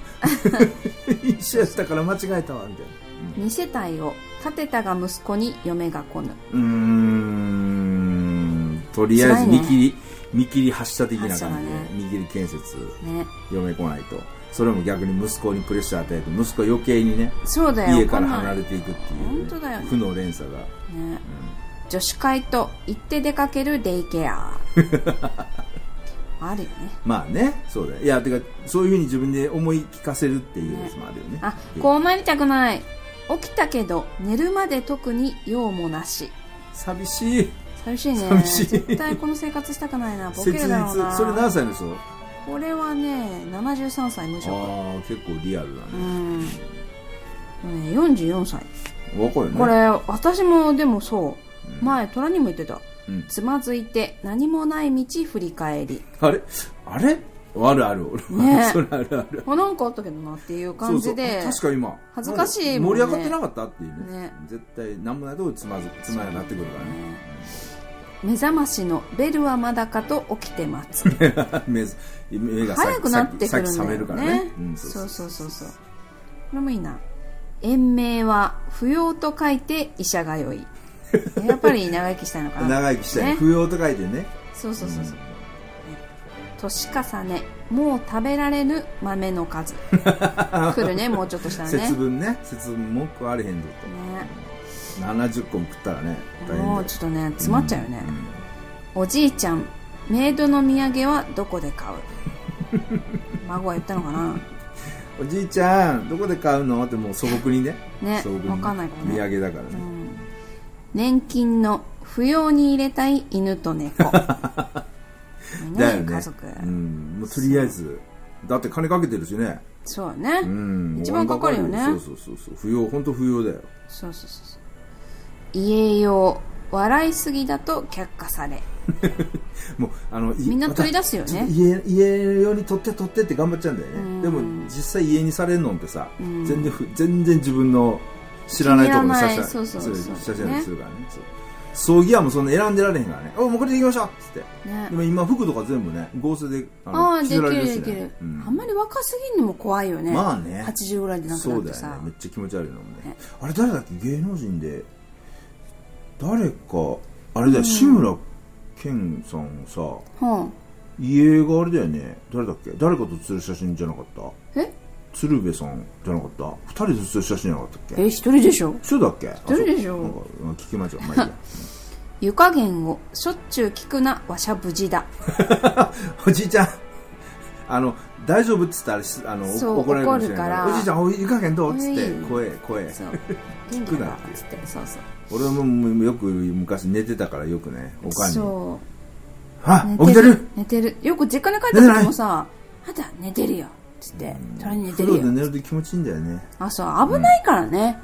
Speaker 2: 一緒やったから間違えたわみたいな
Speaker 1: 二世帯を建てたが息子に嫁が来ぬ
Speaker 2: うーんとりあえず
Speaker 1: 辛い
Speaker 2: 見
Speaker 1: ね
Speaker 2: 切り、見切り発車的な
Speaker 1: 発車
Speaker 2: 感
Speaker 1: だ
Speaker 2: じ
Speaker 1: ね
Speaker 2: で、見切り建設
Speaker 1: ね
Speaker 2: 読めこないとそれも逆に息子にプレッシャー与えて息子は余計にね
Speaker 1: そうだよ
Speaker 2: 家から離
Speaker 1: れ
Speaker 2: れていくっていう、
Speaker 1: 本当だよね
Speaker 2: 負の連鎖が、
Speaker 1: ね、女子会と行って出かけるデイケア あるよね
Speaker 2: まあねそうだよいやてかそういうふうに自分で思い聞かせるっていうやつもあるよね
Speaker 1: あ
Speaker 2: で
Speaker 1: こうなりたくない起きたけど寝るまで特に用もなし
Speaker 2: 寂しい
Speaker 1: 寂しいね
Speaker 2: 寂しい
Speaker 1: 絶対この生活したくないなボケ
Speaker 2: 切実
Speaker 1: るだろうな
Speaker 2: それ何歳の人
Speaker 1: これはね73歳無職
Speaker 2: ああ結構リアルだ
Speaker 1: う
Speaker 2: ね、
Speaker 1: ん、ね、44歳
Speaker 2: 若いよね
Speaker 1: これ私もでもそう
Speaker 2: うん
Speaker 1: 前虎にも言ってた
Speaker 2: うん
Speaker 1: つまずいて何もない道振り返 り
Speaker 2: あれあれあるある俺も
Speaker 1: ね
Speaker 2: それあるある
Speaker 1: あなんかあったけどなっていう感じで
Speaker 2: そうそう確か今
Speaker 1: 恥ずかしいもんね
Speaker 2: 盛り上がってなかったっていうね
Speaker 1: ね
Speaker 2: 絶対何もないとこでつまずつまらなくなってくる
Speaker 1: 目覚ましのベルはまだかと起きて待 つ
Speaker 2: からね目ず目がさ
Speaker 1: 早くなってくるん
Speaker 2: さっき冷
Speaker 1: だ
Speaker 2: める
Speaker 1: よ
Speaker 2: からね
Speaker 1: ね、
Speaker 2: うんそ
Speaker 1: そう
Speaker 2: うそ
Speaker 1: うそうそうそうこれもいいな延命は不要と書いて医者が良 いやっぱり長生きしたいのかな
Speaker 2: 長生きしたい、
Speaker 1: ね
Speaker 2: 不要と書いてね
Speaker 1: そうそうそうそう、ね年重ねもう食べられぬ豆の 数来るねもうちょっとしたらね
Speaker 2: 節分ね節分文句あれへんぞと70個も食ったらね
Speaker 1: ね
Speaker 2: 大変
Speaker 1: も
Speaker 2: だ
Speaker 1: う
Speaker 2: よ
Speaker 1: ちょっとね詰まっちゃうよね、おじいちゃんメイドの土産はどこで買 う孫は言ったのかな
Speaker 2: おじいちゃんどこで買うのってもう素朴にね
Speaker 1: ね
Speaker 2: 素朴に
Speaker 1: わかんないからね
Speaker 2: 土産だからね、
Speaker 1: 年金の不要に入れたい犬と 猫ね
Speaker 2: だよね
Speaker 1: 家族、
Speaker 2: うん、もうとりあえずだって金かけてるしね
Speaker 1: そうね、
Speaker 2: うん
Speaker 1: 一番かかるよね
Speaker 2: そうそうそうそう不要本当不要だよ
Speaker 1: そうそうそうそう家用笑いすぎだと却下され
Speaker 2: もうあのい
Speaker 1: みんな取り出すよ
Speaker 2: また
Speaker 1: ね
Speaker 2: 家家用に取って取ってって頑張っちゃうんだよ
Speaker 1: うん
Speaker 2: ねでも実際家にされるのってさ
Speaker 1: うん
Speaker 2: 全然ふ全然自分の知らないところに
Speaker 1: 知ら
Speaker 2: さ
Speaker 1: ない
Speaker 2: しゃ
Speaker 1: そうそうそう
Speaker 2: しゃしゃにするからねそう葬儀屋もそんな選んでられへんからねおもうこれで行きましょうっつって
Speaker 1: ね
Speaker 2: でも今服とか全部ね合成での
Speaker 1: ああでき
Speaker 2: 着せられ
Speaker 1: る
Speaker 2: し
Speaker 1: できる
Speaker 2: ね、うん
Speaker 1: あんまり若すぎるのも怖いよね,、
Speaker 2: まあね
Speaker 1: 80ぐらいでなく
Speaker 2: そ
Speaker 1: なっ
Speaker 2: う
Speaker 1: て
Speaker 2: だよ
Speaker 1: さ
Speaker 2: ねめっちゃ気持ち悪いのもね
Speaker 1: ね
Speaker 2: あれ誰だっけ芸能人で誰かあれだよ、志村けんさんさ
Speaker 1: は
Speaker 2: 家があれだよね誰だっけ誰かと写る写真じゃなかった
Speaker 1: あ、え
Speaker 2: 鶴瓶さんじゃなかった二人で写る写真じゃなかったっけ
Speaker 1: え一人でしょ
Speaker 2: そうだっけ
Speaker 1: 一人でしょ
Speaker 2: あそうなんか聞き間違えまあいいや
Speaker 1: 湯加減をしょっちゅう聞くなわしゃ無事だ
Speaker 2: おじいちゃんあの大丈夫っつったらしあの
Speaker 1: そう
Speaker 2: 怒られるかもしれな
Speaker 1: 怒る
Speaker 2: い
Speaker 1: から
Speaker 2: おじいちゃんお湯加減どうっつっ
Speaker 1: お
Speaker 2: て
Speaker 1: い
Speaker 2: 声声
Speaker 1: そう元気
Speaker 2: 聞く
Speaker 1: だ
Speaker 2: な
Speaker 1: な
Speaker 2: っ
Speaker 1: ってつってそうそう
Speaker 2: 俺ももうよく昔寝てたからよくねおかんに
Speaker 1: そ
Speaker 2: あ
Speaker 1: う
Speaker 2: 起きてる
Speaker 1: 寝てるよく実家に帰った時もさ「あんた寝てるよ」つって「それに寝て
Speaker 2: 風
Speaker 1: る
Speaker 2: 呂で
Speaker 1: よ
Speaker 2: 寝ると気持ちいいんだよね」
Speaker 1: あそう危ないからね、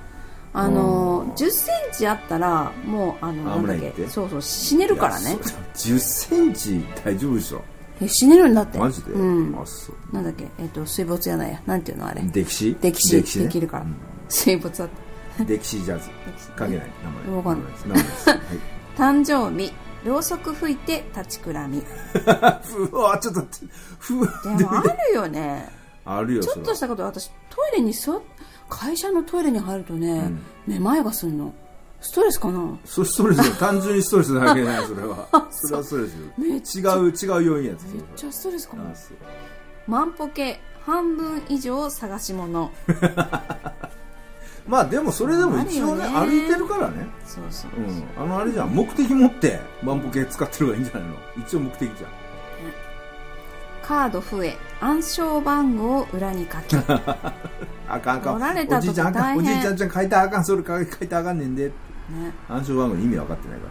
Speaker 1: あの1 0センチあったらもうあのなんだっ
Speaker 2: 危ないって
Speaker 1: けそうそう死ねるからね
Speaker 2: 1 0ンチ大丈夫でしょ
Speaker 1: え死ねるんだって
Speaker 2: マジで、
Speaker 1: うん
Speaker 2: あそう
Speaker 1: なんだっけえっ、と水没やないやなんていうのあれ
Speaker 2: 歴史
Speaker 1: 溺死
Speaker 2: 歴史、ね、
Speaker 1: できるから、水没だって
Speaker 2: 歴史ジャズ関係ない名前
Speaker 1: わかんない
Speaker 2: 名前です名前ですはい
Speaker 1: 誕生日ろうそく吹いて立ちくらみ
Speaker 2: ふわちょっとふわ
Speaker 1: でもあるよね
Speaker 2: あるよ
Speaker 1: ち
Speaker 2: そ
Speaker 1: ょっ
Speaker 2: れ
Speaker 1: と
Speaker 2: は
Speaker 1: したこと私トイレに座っ会社のトイレに入るとね、
Speaker 2: ん
Speaker 1: めまいがするのストレスかな
Speaker 2: そストレスよ単純にストレスなわ けないそれはそれはストレスよ
Speaker 1: めっちゃ
Speaker 2: 違う違う要因やつ
Speaker 1: めっちゃストレスか
Speaker 2: それは
Speaker 1: な
Speaker 2: あそう
Speaker 1: 万歩計半分以上探し物
Speaker 2: まあでもそれでも一応ね
Speaker 1: あるよ
Speaker 2: 歩
Speaker 1: ね
Speaker 2: いてるからね
Speaker 1: そうそうそう、
Speaker 2: うんあのあれじゃん目的持って万歩計使ってる方がいいんじゃないの一応目的じゃん
Speaker 1: カード増え暗証番号を裏に書 き
Speaker 2: あかんあかん
Speaker 1: おられた
Speaker 2: おじいちゃんあかん
Speaker 1: とこ
Speaker 2: お
Speaker 1: 大
Speaker 2: じ
Speaker 1: 変
Speaker 2: いちゃんちゃん書いたらあかんそれ書い書いたらあかんねんで
Speaker 1: ね
Speaker 2: 暗証番号の意味分かってないか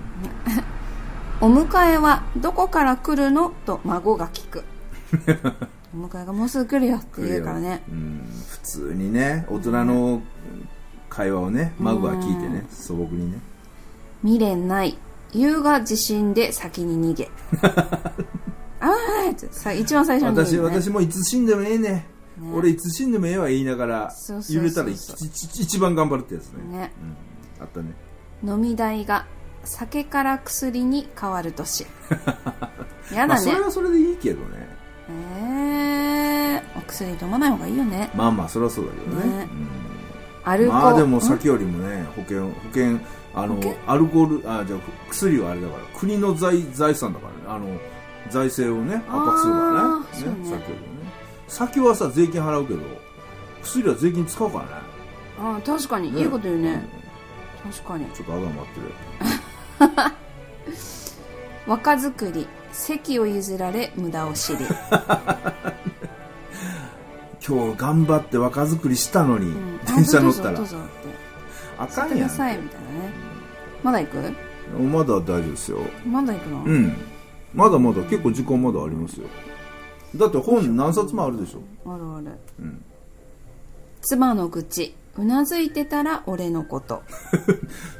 Speaker 2: らね
Speaker 1: お迎えはどこから来るのと孫が聞 くお迎えがもうすぐ来るよって言うからね
Speaker 2: うん、普通にね大人の会話をね孫は聞いてね素朴にね
Speaker 1: 未練ない優雅地震で先に逃 げあーってさ一番最初に言う
Speaker 2: 私
Speaker 1: よね
Speaker 2: 私もいつ死んでもええね
Speaker 1: ね
Speaker 2: 俺いつ死んでもええわ言いながら
Speaker 1: そうそうそうそう
Speaker 2: 揺れたら一一一番頑張るってやつね
Speaker 1: ね
Speaker 2: うん、あったね
Speaker 1: 飲み代が酒から薬に変わる 年や
Speaker 2: まあ
Speaker 1: だ
Speaker 2: そ
Speaker 1: ね
Speaker 2: れ、はそれでいいけどね
Speaker 1: えー、お薬飲まない方がいいよね
Speaker 2: まあまあそれはそうだけどね
Speaker 1: ね
Speaker 2: うん
Speaker 1: アルコール
Speaker 2: まあでも先よりもね保険保険あの
Speaker 1: 保険
Speaker 2: アルコールあじゃあく薬はあれだから国の財財産だからねあの財政をね圧迫するからね
Speaker 1: あーそうね
Speaker 2: 先よりもね先はさ税金払うけど薬は税金使うからね
Speaker 1: あー確かに、
Speaker 2: ね
Speaker 1: いいこと言うね確かに
Speaker 2: ちょっとあがまってるよ
Speaker 1: 若作り席を譲られ無駄を知 り、
Speaker 2: 今日頑張って若作りしたのに、
Speaker 1: うん
Speaker 2: 電車乗った
Speaker 1: あど
Speaker 2: ら
Speaker 1: うぞどうぞって
Speaker 2: あ
Speaker 1: 買
Speaker 2: か
Speaker 1: っ
Speaker 2: ん
Speaker 1: てく
Speaker 2: や
Speaker 1: ださい
Speaker 2: ん
Speaker 1: みたいなねまだ行く
Speaker 2: まだ大丈夫ですよ
Speaker 1: まだ行くの、
Speaker 2: うんまだまだ結構時間まだありますよだって本何冊もあるでしょ
Speaker 1: あるある、
Speaker 2: うん
Speaker 1: 妻の愚痴うなずいてたら俺のこと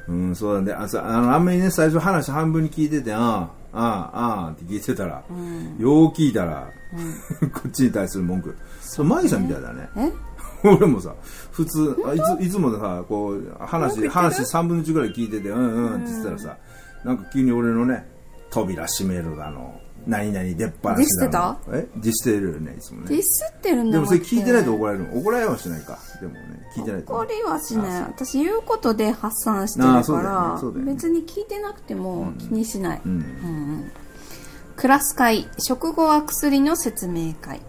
Speaker 2: うん、そうだね。あさあのあんまりね、最初話半分に聞いてて、ああ、ああ、ああって聞いてたら、
Speaker 1: ん
Speaker 2: よう聞いたら、 こっちに対する文句。そう、マギさんみたいだね。
Speaker 1: え
Speaker 2: 俺もさ、普通、あいつ、いつもさ、こう、話、話3分の1ぐらい聞いてて、うんうんって言ってたらさ、なんか急に俺のね、扉閉めるだの、何々出っ放しだの。えディスってるよね、いつも
Speaker 1: デ
Speaker 2: ね
Speaker 1: ィ。スってるん
Speaker 2: で
Speaker 1: だ
Speaker 2: も
Speaker 1: もん
Speaker 2: それ聞いてないと怒られるの怒られはしないか。でもね、聞いてないと。
Speaker 1: 怒りはしない
Speaker 2: あ
Speaker 1: 私言うことで発散して
Speaker 2: あー
Speaker 1: る
Speaker 2: そう
Speaker 1: か
Speaker 2: だよねそ
Speaker 1: ら、
Speaker 2: うだよね
Speaker 1: 別に聞いてなくても気にしない、
Speaker 2: うん。
Speaker 1: クラス会食後は薬の説明会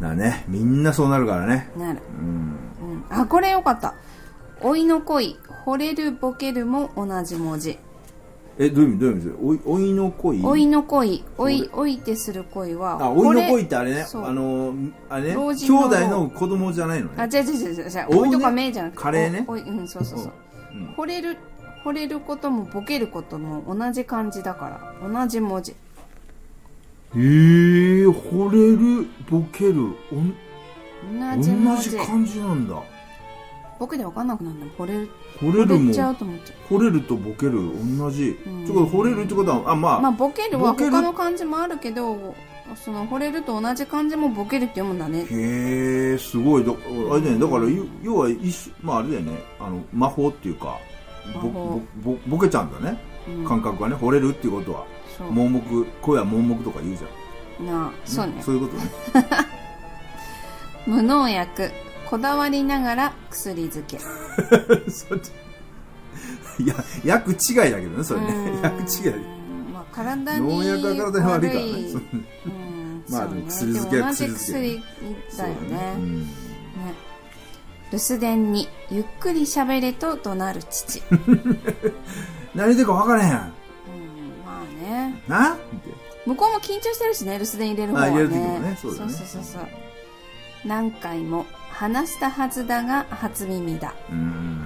Speaker 2: だね、みんなそうなるからね。
Speaker 1: なる、
Speaker 2: うん。
Speaker 1: うん、あこれよかった老いの恋惚れるボケるも同じ文字
Speaker 2: え、どういう意味どういう意味それおい、おいの恋
Speaker 1: 老いの恋老い老いてする恋は
Speaker 2: あ、お
Speaker 1: 惚
Speaker 2: いの
Speaker 1: れ
Speaker 2: 恋ってあれね、あ
Speaker 1: そう
Speaker 2: のー、あれね、
Speaker 1: 老
Speaker 2: 兄
Speaker 1: 人の
Speaker 2: 弟の子供じゃないの
Speaker 1: あ、
Speaker 2: ね。
Speaker 1: 違う違う違う違う。
Speaker 2: おうね
Speaker 1: おいとかめいじゃなくて。
Speaker 2: カレーね
Speaker 1: おおいうん、そうそうそう。
Speaker 2: うんうん
Speaker 1: 惚れる、惚れることもボケることも同じ漢字だから。同じ文字。
Speaker 2: えー、惚れる、ボケる、おん
Speaker 1: 同じ文
Speaker 2: 同
Speaker 1: 字
Speaker 2: じ。感じなんだ。
Speaker 1: ボケでわかんなくなるの。惚れる。
Speaker 2: 惚れる
Speaker 1: 惚
Speaker 2: も
Speaker 1: れ、ちゃうと思っちゃ
Speaker 2: 惚れるとボケる、同じ。ちょっと惚れるってことは、あ、まあ、
Speaker 1: う。まあ、ボケるは
Speaker 2: ボケる
Speaker 1: 他の漢字もあるけど、その、惚れると同じ漢字もボケるって読むんだね。
Speaker 2: へえ、すごい。だあれだよね、だから、ゆ要は一種、まああれだよね、あの、魔法っていうか、ぼ
Speaker 1: 魔法
Speaker 2: ぼぼボケちゃうんだね、
Speaker 1: うん
Speaker 2: 感覚がね、惚れるっていうことは。
Speaker 1: そう。
Speaker 2: 盲目、声は盲目とか言うじゃん。
Speaker 1: なあ、そうね。
Speaker 2: そういうことね。
Speaker 1: 無農薬。こだわりながら薬漬け。
Speaker 2: そっちいや、薬違いだけどね、それ
Speaker 1: う
Speaker 2: ね
Speaker 1: ん。
Speaker 2: 薬違いだけど。
Speaker 1: まあ、体に
Speaker 2: 農
Speaker 1: 悪い。
Speaker 2: 薬は体に悪いからね。そう
Speaker 1: うん
Speaker 2: まあでも
Speaker 1: そう
Speaker 2: 薬漬け
Speaker 1: で
Speaker 2: は
Speaker 1: も同じ
Speaker 2: 薬
Speaker 1: 薬だよね
Speaker 2: う
Speaker 1: ね
Speaker 2: ん
Speaker 1: 留守電にゆっくり喋れと怒鳴る父、
Speaker 2: 何言ってるか分からへん。
Speaker 1: うん、まあね
Speaker 2: なって
Speaker 1: 向こうも緊張してるしね留守電入れる方はね
Speaker 2: あ入れる時もねそうだね
Speaker 1: そうそうそう何回も話したはずだが初耳だ
Speaker 2: うん。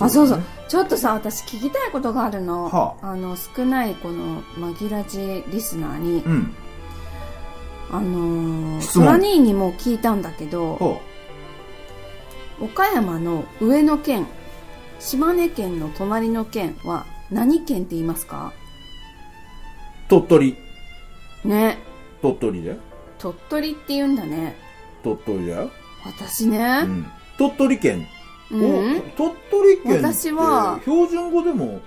Speaker 1: あそう
Speaker 2: だ
Speaker 1: そ
Speaker 2: ね
Speaker 1: うちょっとさ私聞きたいことがあるの,、
Speaker 2: は
Speaker 1: あ、の少ないこの紛らじリスナーに、
Speaker 2: うん。
Speaker 1: あのー
Speaker 2: 質
Speaker 1: ソ
Speaker 2: 問
Speaker 1: ラニーにも聞いたんだけど
Speaker 2: ほ
Speaker 1: 岡山の上の県島根県の隣の県は何県って言いますか
Speaker 2: う。鳥取。
Speaker 1: ね
Speaker 2: 鳥取だよ。
Speaker 1: 鳥取って言うんだね
Speaker 2: 鳥取だよ。
Speaker 1: 私ね
Speaker 2: う、ん。鳥取県。
Speaker 1: う
Speaker 2: お
Speaker 1: ん
Speaker 2: 鳥取県って。
Speaker 1: 私は
Speaker 2: 標準語でも、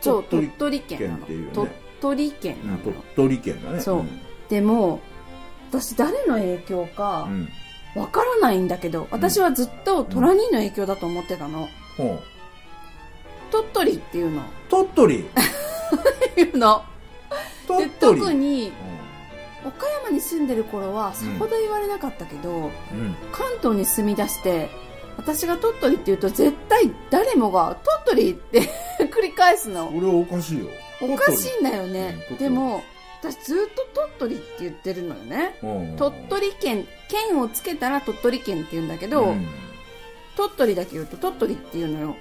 Speaker 1: そう鳥
Speaker 2: 鳥
Speaker 1: 取県なの
Speaker 2: 県っていうよね
Speaker 1: 鳥取県なの、
Speaker 2: 鳥取県だね。
Speaker 1: そうんでも私誰の影響
Speaker 2: う
Speaker 1: か
Speaker 2: ん。
Speaker 1: わからないんだけど、私はずっとトラニーの影響だと思ってたの。
Speaker 2: ほう。
Speaker 1: 鳥取っていうの。
Speaker 2: 鳥 取
Speaker 1: いうの。で
Speaker 2: 鳥取
Speaker 1: 特に岡山に住んでる頃はさほど言われなかったけど、
Speaker 2: うん。うん
Speaker 1: 関東に住み出して私が鳥取って言うと絶対誰もが鳥取って 繰り返すの
Speaker 2: これはおかしいよ。
Speaker 1: おかしいんだよね
Speaker 2: 鳥
Speaker 1: で
Speaker 2: 取
Speaker 1: も私ずっと鳥取って言ってるのよね
Speaker 2: うん
Speaker 1: 鳥取県県をつけたら鳥取県って言うんだけど、
Speaker 2: ん
Speaker 1: 鳥取だけ言うと鳥取っていうのよ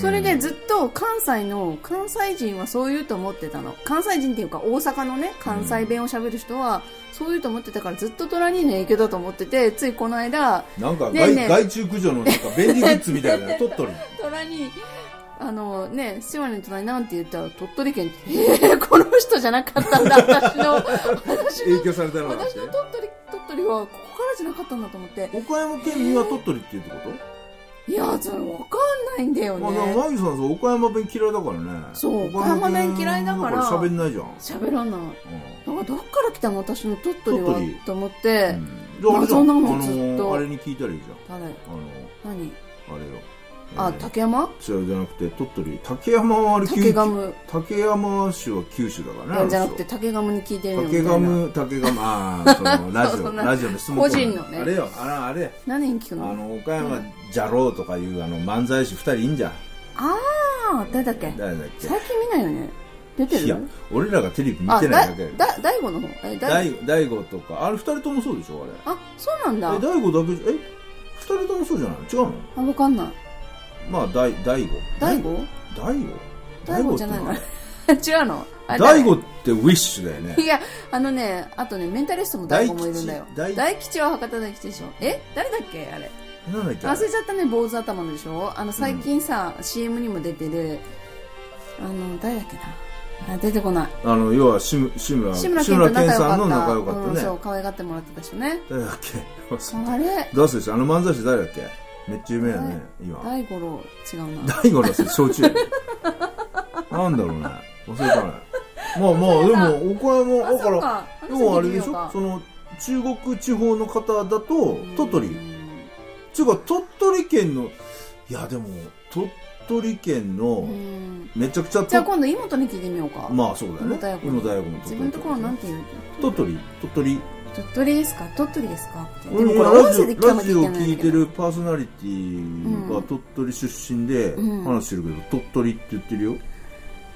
Speaker 1: それでずっと関西の関西人はそう言うと思ってたの関西人っていうか大阪のね関西弁を喋る人はそう言うと思ってたからずっとトラニーの影響だと思っててついこの間
Speaker 2: なんか
Speaker 1: ねえ
Speaker 2: 害、
Speaker 1: ねえ
Speaker 2: 害虫駆除のなんか便利グッズみたいな 鳥取。
Speaker 1: トラニーあのね島根の隣なんて言ったら鳥取県って えー、この人じゃなかったんだ私の私の
Speaker 2: 影響されたのだっ
Speaker 1: 私
Speaker 2: て
Speaker 1: の。鳥取鳥取はここからじゃなかったんだと思って
Speaker 2: 岡山県民は鳥取っていうってこと、
Speaker 1: いやそれわかんないんだよ
Speaker 2: まあ、でも
Speaker 1: ね
Speaker 2: マギさんそう岡山弁嫌いだからね。
Speaker 1: そう岡山弁嫌いだから
Speaker 2: 喋んないじゃん。うん
Speaker 1: 喋らないなんかどっから来たの私の鳥取
Speaker 2: 鳥
Speaker 1: は
Speaker 2: 取
Speaker 1: と思って、
Speaker 2: じゃああれじゃ
Speaker 1: 謎
Speaker 2: ん、
Speaker 1: な
Speaker 2: あ
Speaker 1: のずっと
Speaker 2: の、あれに聞いたらいいじ
Speaker 1: 誰
Speaker 2: ゃん。あの、
Speaker 1: 何
Speaker 2: あれよ。
Speaker 1: あ、
Speaker 2: えー
Speaker 1: 竹山
Speaker 2: 違うじゃなくて、鳥取。竹山はあれ
Speaker 1: 竹
Speaker 2: 九
Speaker 1: ガ
Speaker 2: 州。
Speaker 1: ム
Speaker 2: 竹山市は九州だからねあの人。
Speaker 1: じゃなくて竹ガムに聞いてるのみた
Speaker 2: 竹
Speaker 1: いな
Speaker 2: ガム、竹ガム、ああ、その、ラジ
Speaker 1: そうそ
Speaker 2: オ、
Speaker 1: んな
Speaker 2: ラジオの質問コーナー
Speaker 1: 個人のね
Speaker 2: あれよ、あら、あれ、
Speaker 1: 何に聞く
Speaker 2: あ
Speaker 1: の
Speaker 2: の、岡山、じゃろうとかいう、あの、漫才師二人いんじゃん。
Speaker 1: ああ誰だっけ
Speaker 2: 誰だっ
Speaker 1: 最近見ないよね出て
Speaker 2: け
Speaker 1: る
Speaker 2: いや、俺らがテレビ見
Speaker 1: あ
Speaker 2: てないだけ
Speaker 1: だだ大悟の方え
Speaker 2: だ
Speaker 1: 大
Speaker 2: い大悟とか、あれ二人ともそうでしょ、
Speaker 1: あそうなん
Speaker 2: あれ。え、
Speaker 1: だ
Speaker 2: 大悟だけじゃ、え、二人ともそうじゃない違うの
Speaker 1: あわかんない
Speaker 2: まあ、大、大悟。
Speaker 1: 大悟
Speaker 2: 大悟
Speaker 1: 大悟じゃないの
Speaker 2: 大
Speaker 1: 違うの あれ
Speaker 2: 大悟ってウィッシュだよね。
Speaker 1: いやあのねあとねメンタリストも大悟もいるんだよ
Speaker 2: 大吉大
Speaker 1: 大吉は博多大吉でしょえ誰だっけあれ
Speaker 2: なんだっけ
Speaker 1: 忘れちゃったね坊主頭のでしょあの最近さ、CM にも出てるあの誰だっけなあ出てこない
Speaker 2: あの、要は志村、志村
Speaker 1: 志村けんと仲良
Speaker 2: さ
Speaker 1: か
Speaker 2: んの
Speaker 1: った
Speaker 2: 仲良かっ
Speaker 1: うん、
Speaker 2: た
Speaker 1: そう
Speaker 2: ね。
Speaker 1: 可愛がってもらってたしね
Speaker 2: 誰だっけ
Speaker 1: あれ
Speaker 2: どうするあの漫才師誰だっけめっちゃ有名やね、今。
Speaker 1: 大五郎違うな
Speaker 2: 大悟の焼酎やね。なんだろうね。忘れたね。まあまあ、でも、岡山、
Speaker 1: あ
Speaker 2: だか
Speaker 1: そっ
Speaker 2: ら、
Speaker 1: か
Speaker 2: でもあれで
Speaker 1: 話聞いてみよ
Speaker 2: し
Speaker 1: う
Speaker 2: ょ
Speaker 1: か
Speaker 2: その、中国地方の方だと、鳥取。
Speaker 1: うん
Speaker 2: ちゅうか、鳥取県の、いやでも、鳥取県
Speaker 1: う
Speaker 2: の、
Speaker 1: ん
Speaker 2: めちゃくちゃ
Speaker 1: じゃあ
Speaker 2: と、
Speaker 1: 今度妹に聞いてみようか、
Speaker 2: まあそうだよね。
Speaker 1: 妹大悟
Speaker 2: 妹大悟の
Speaker 1: 自分のところなんていう
Speaker 2: 鳥取鳥取。
Speaker 1: 鳥取ですか鳥取ですかってで
Speaker 2: 俺
Speaker 1: もこれ
Speaker 2: ラ
Speaker 1: 音
Speaker 2: ジ
Speaker 1: 声
Speaker 2: オ
Speaker 1: で聞かな
Speaker 2: ラ
Speaker 1: きゃい
Speaker 2: ジオ
Speaker 1: けない
Speaker 2: 聞
Speaker 1: ん
Speaker 2: い
Speaker 1: だ
Speaker 2: て
Speaker 1: けど
Speaker 2: るパーソナリティ
Speaker 1: う
Speaker 2: が
Speaker 1: ん
Speaker 2: 鳥取出身で
Speaker 1: うん
Speaker 2: 話してるけど、鳥取って言ってるよ。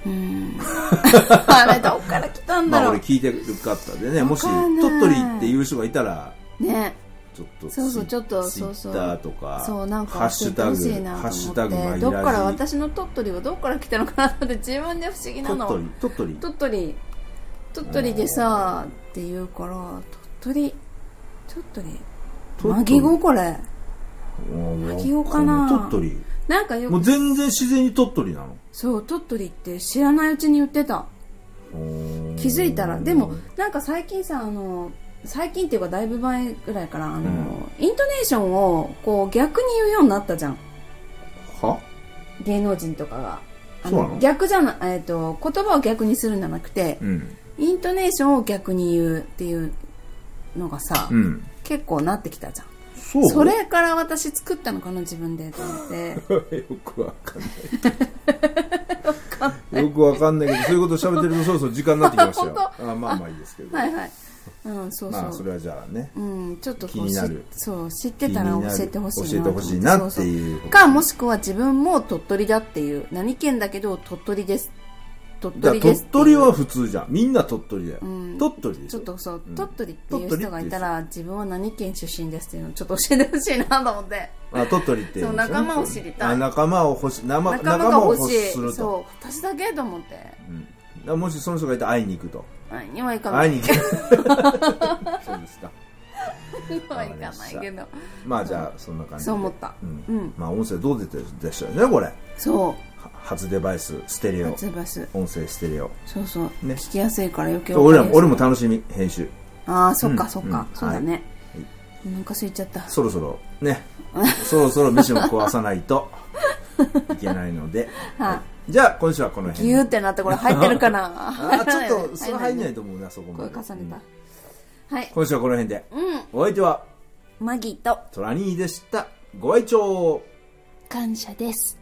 Speaker 1: うん あれどっから来たんだ
Speaker 2: まあ
Speaker 1: ろ
Speaker 2: 俺
Speaker 1: う
Speaker 2: 聞いてるかったんでね、もし
Speaker 1: わかんない
Speaker 2: 鳥取っていう人がいたら、
Speaker 1: ね
Speaker 2: ちょっと
Speaker 1: そうそうちょっと
Speaker 2: ツイ
Speaker 1: そうそう
Speaker 2: ツイッターとか、
Speaker 1: そうなんか
Speaker 2: ハッシュタグ、
Speaker 1: 教えてほしいな
Speaker 2: ハッシュ
Speaker 1: と
Speaker 2: タグ
Speaker 1: 思っ
Speaker 2: マ
Speaker 1: て
Speaker 2: イ
Speaker 1: どっ
Speaker 2: ラ
Speaker 1: から
Speaker 2: ジ
Speaker 1: 私の鳥取はどっから来たのかなって自分で不思議な
Speaker 2: 鳥
Speaker 1: の
Speaker 2: 取、鳥取。
Speaker 1: 鳥取鳥取でさって言うから鳥取鳥取
Speaker 2: 鳥取
Speaker 1: マギゴこれ
Speaker 2: うん
Speaker 1: 秋穂かな
Speaker 2: 鳥取。
Speaker 1: なんかよ
Speaker 2: もう
Speaker 1: く
Speaker 2: 全然自然に鳥取なの。
Speaker 1: そう鳥取って知らないうちに言ってた気づいたらでもなんか最近さあの最近っていうかだいぶ前ぐらいからあの、イントネーションをこう逆に言うようになったじゃん
Speaker 2: は
Speaker 1: 芸能人とかがあ
Speaker 2: そうなの
Speaker 1: 逆じゃな、えっと言葉を逆にするんじゃなくて
Speaker 2: うん。
Speaker 1: イントネーションを逆に言うっていうのがさ、
Speaker 2: うん。
Speaker 1: 結構なってきたじゃん
Speaker 2: そう
Speaker 1: それから私作ったのかな自分でと思って
Speaker 2: よくわかんない。よくわかんないけど、そういうこと喋ってる とそろそろ時間になってきましたよ。
Speaker 1: 本
Speaker 2: あまあまあいいですけ ど。
Speaker 1: はいはいうんそうそう、
Speaker 2: まあそれはじゃあね。
Speaker 1: うんちょっとこう
Speaker 2: 気にな
Speaker 1: し
Speaker 2: る
Speaker 1: そう知ってたら教えてほしいな
Speaker 2: 教えてほしいなっていうこと。
Speaker 1: かもしくは自分も鳥取だっていう何県だけど鳥取です鳥
Speaker 2: じゃあ
Speaker 1: 取で
Speaker 2: 鳥
Speaker 1: すっていう
Speaker 2: 取は普通じゃん。みんな鳥取だよ。
Speaker 1: うん
Speaker 2: 鳥取でし
Speaker 1: ち
Speaker 2: ょ
Speaker 1: ょっとそう、
Speaker 2: うん
Speaker 1: 鳥取っていう人がいたら自分は何県出身ですっていうのをちょっと教えてほしいなと思って
Speaker 2: あ鳥取って言んですよね。
Speaker 1: そう仲間を知りたい
Speaker 2: あ仲間を欲し、生
Speaker 1: 仲間が
Speaker 2: を
Speaker 1: 欲
Speaker 2: 欲
Speaker 1: し
Speaker 2: し
Speaker 1: い
Speaker 2: すると。
Speaker 1: そう私だけと思って
Speaker 2: うんだからもしその人がいたら会いに行くと。
Speaker 1: はいにはいかな
Speaker 2: 会
Speaker 1: い
Speaker 2: いに行 く。そうですか。
Speaker 1: にはいかないけど
Speaker 2: まあじゃあそんな感じで。
Speaker 1: そう思った
Speaker 2: うん
Speaker 1: うん
Speaker 2: まあ音声どう出てるでしたよね、これ。
Speaker 1: そ
Speaker 2: は初デバイス、ステレ
Speaker 1: う
Speaker 2: オ
Speaker 1: バ。ツバス
Speaker 2: 音声ステレオ。
Speaker 1: そうそう、
Speaker 2: ね
Speaker 1: 聞きやすいから余計
Speaker 2: 俺らも、俺
Speaker 1: も
Speaker 2: も楽しみ、編集。
Speaker 1: ああそっか、
Speaker 2: うん
Speaker 1: そっか、
Speaker 2: うん
Speaker 1: そうだね、
Speaker 2: い
Speaker 1: お腹空いちゃった
Speaker 2: そろそろ、 ね。そろそろ飯も壊さないといけないので。
Speaker 1: は
Speaker 2: じゃあ、今週はこの辺
Speaker 1: ギ
Speaker 2: で。
Speaker 1: ューってなってこれ入ってるかな
Speaker 2: あー、ちょっと、そ
Speaker 1: 入ん
Speaker 2: れ入
Speaker 1: ない
Speaker 2: んない
Speaker 1: ね
Speaker 2: と思うな、そこま
Speaker 1: 声
Speaker 2: で。
Speaker 1: 重ねた、
Speaker 2: うん
Speaker 1: はい。
Speaker 2: 今週はこの辺で。
Speaker 1: うん。
Speaker 2: お相手は、
Speaker 1: マギと
Speaker 2: トラニーでした。ご愛聴
Speaker 1: 感謝です。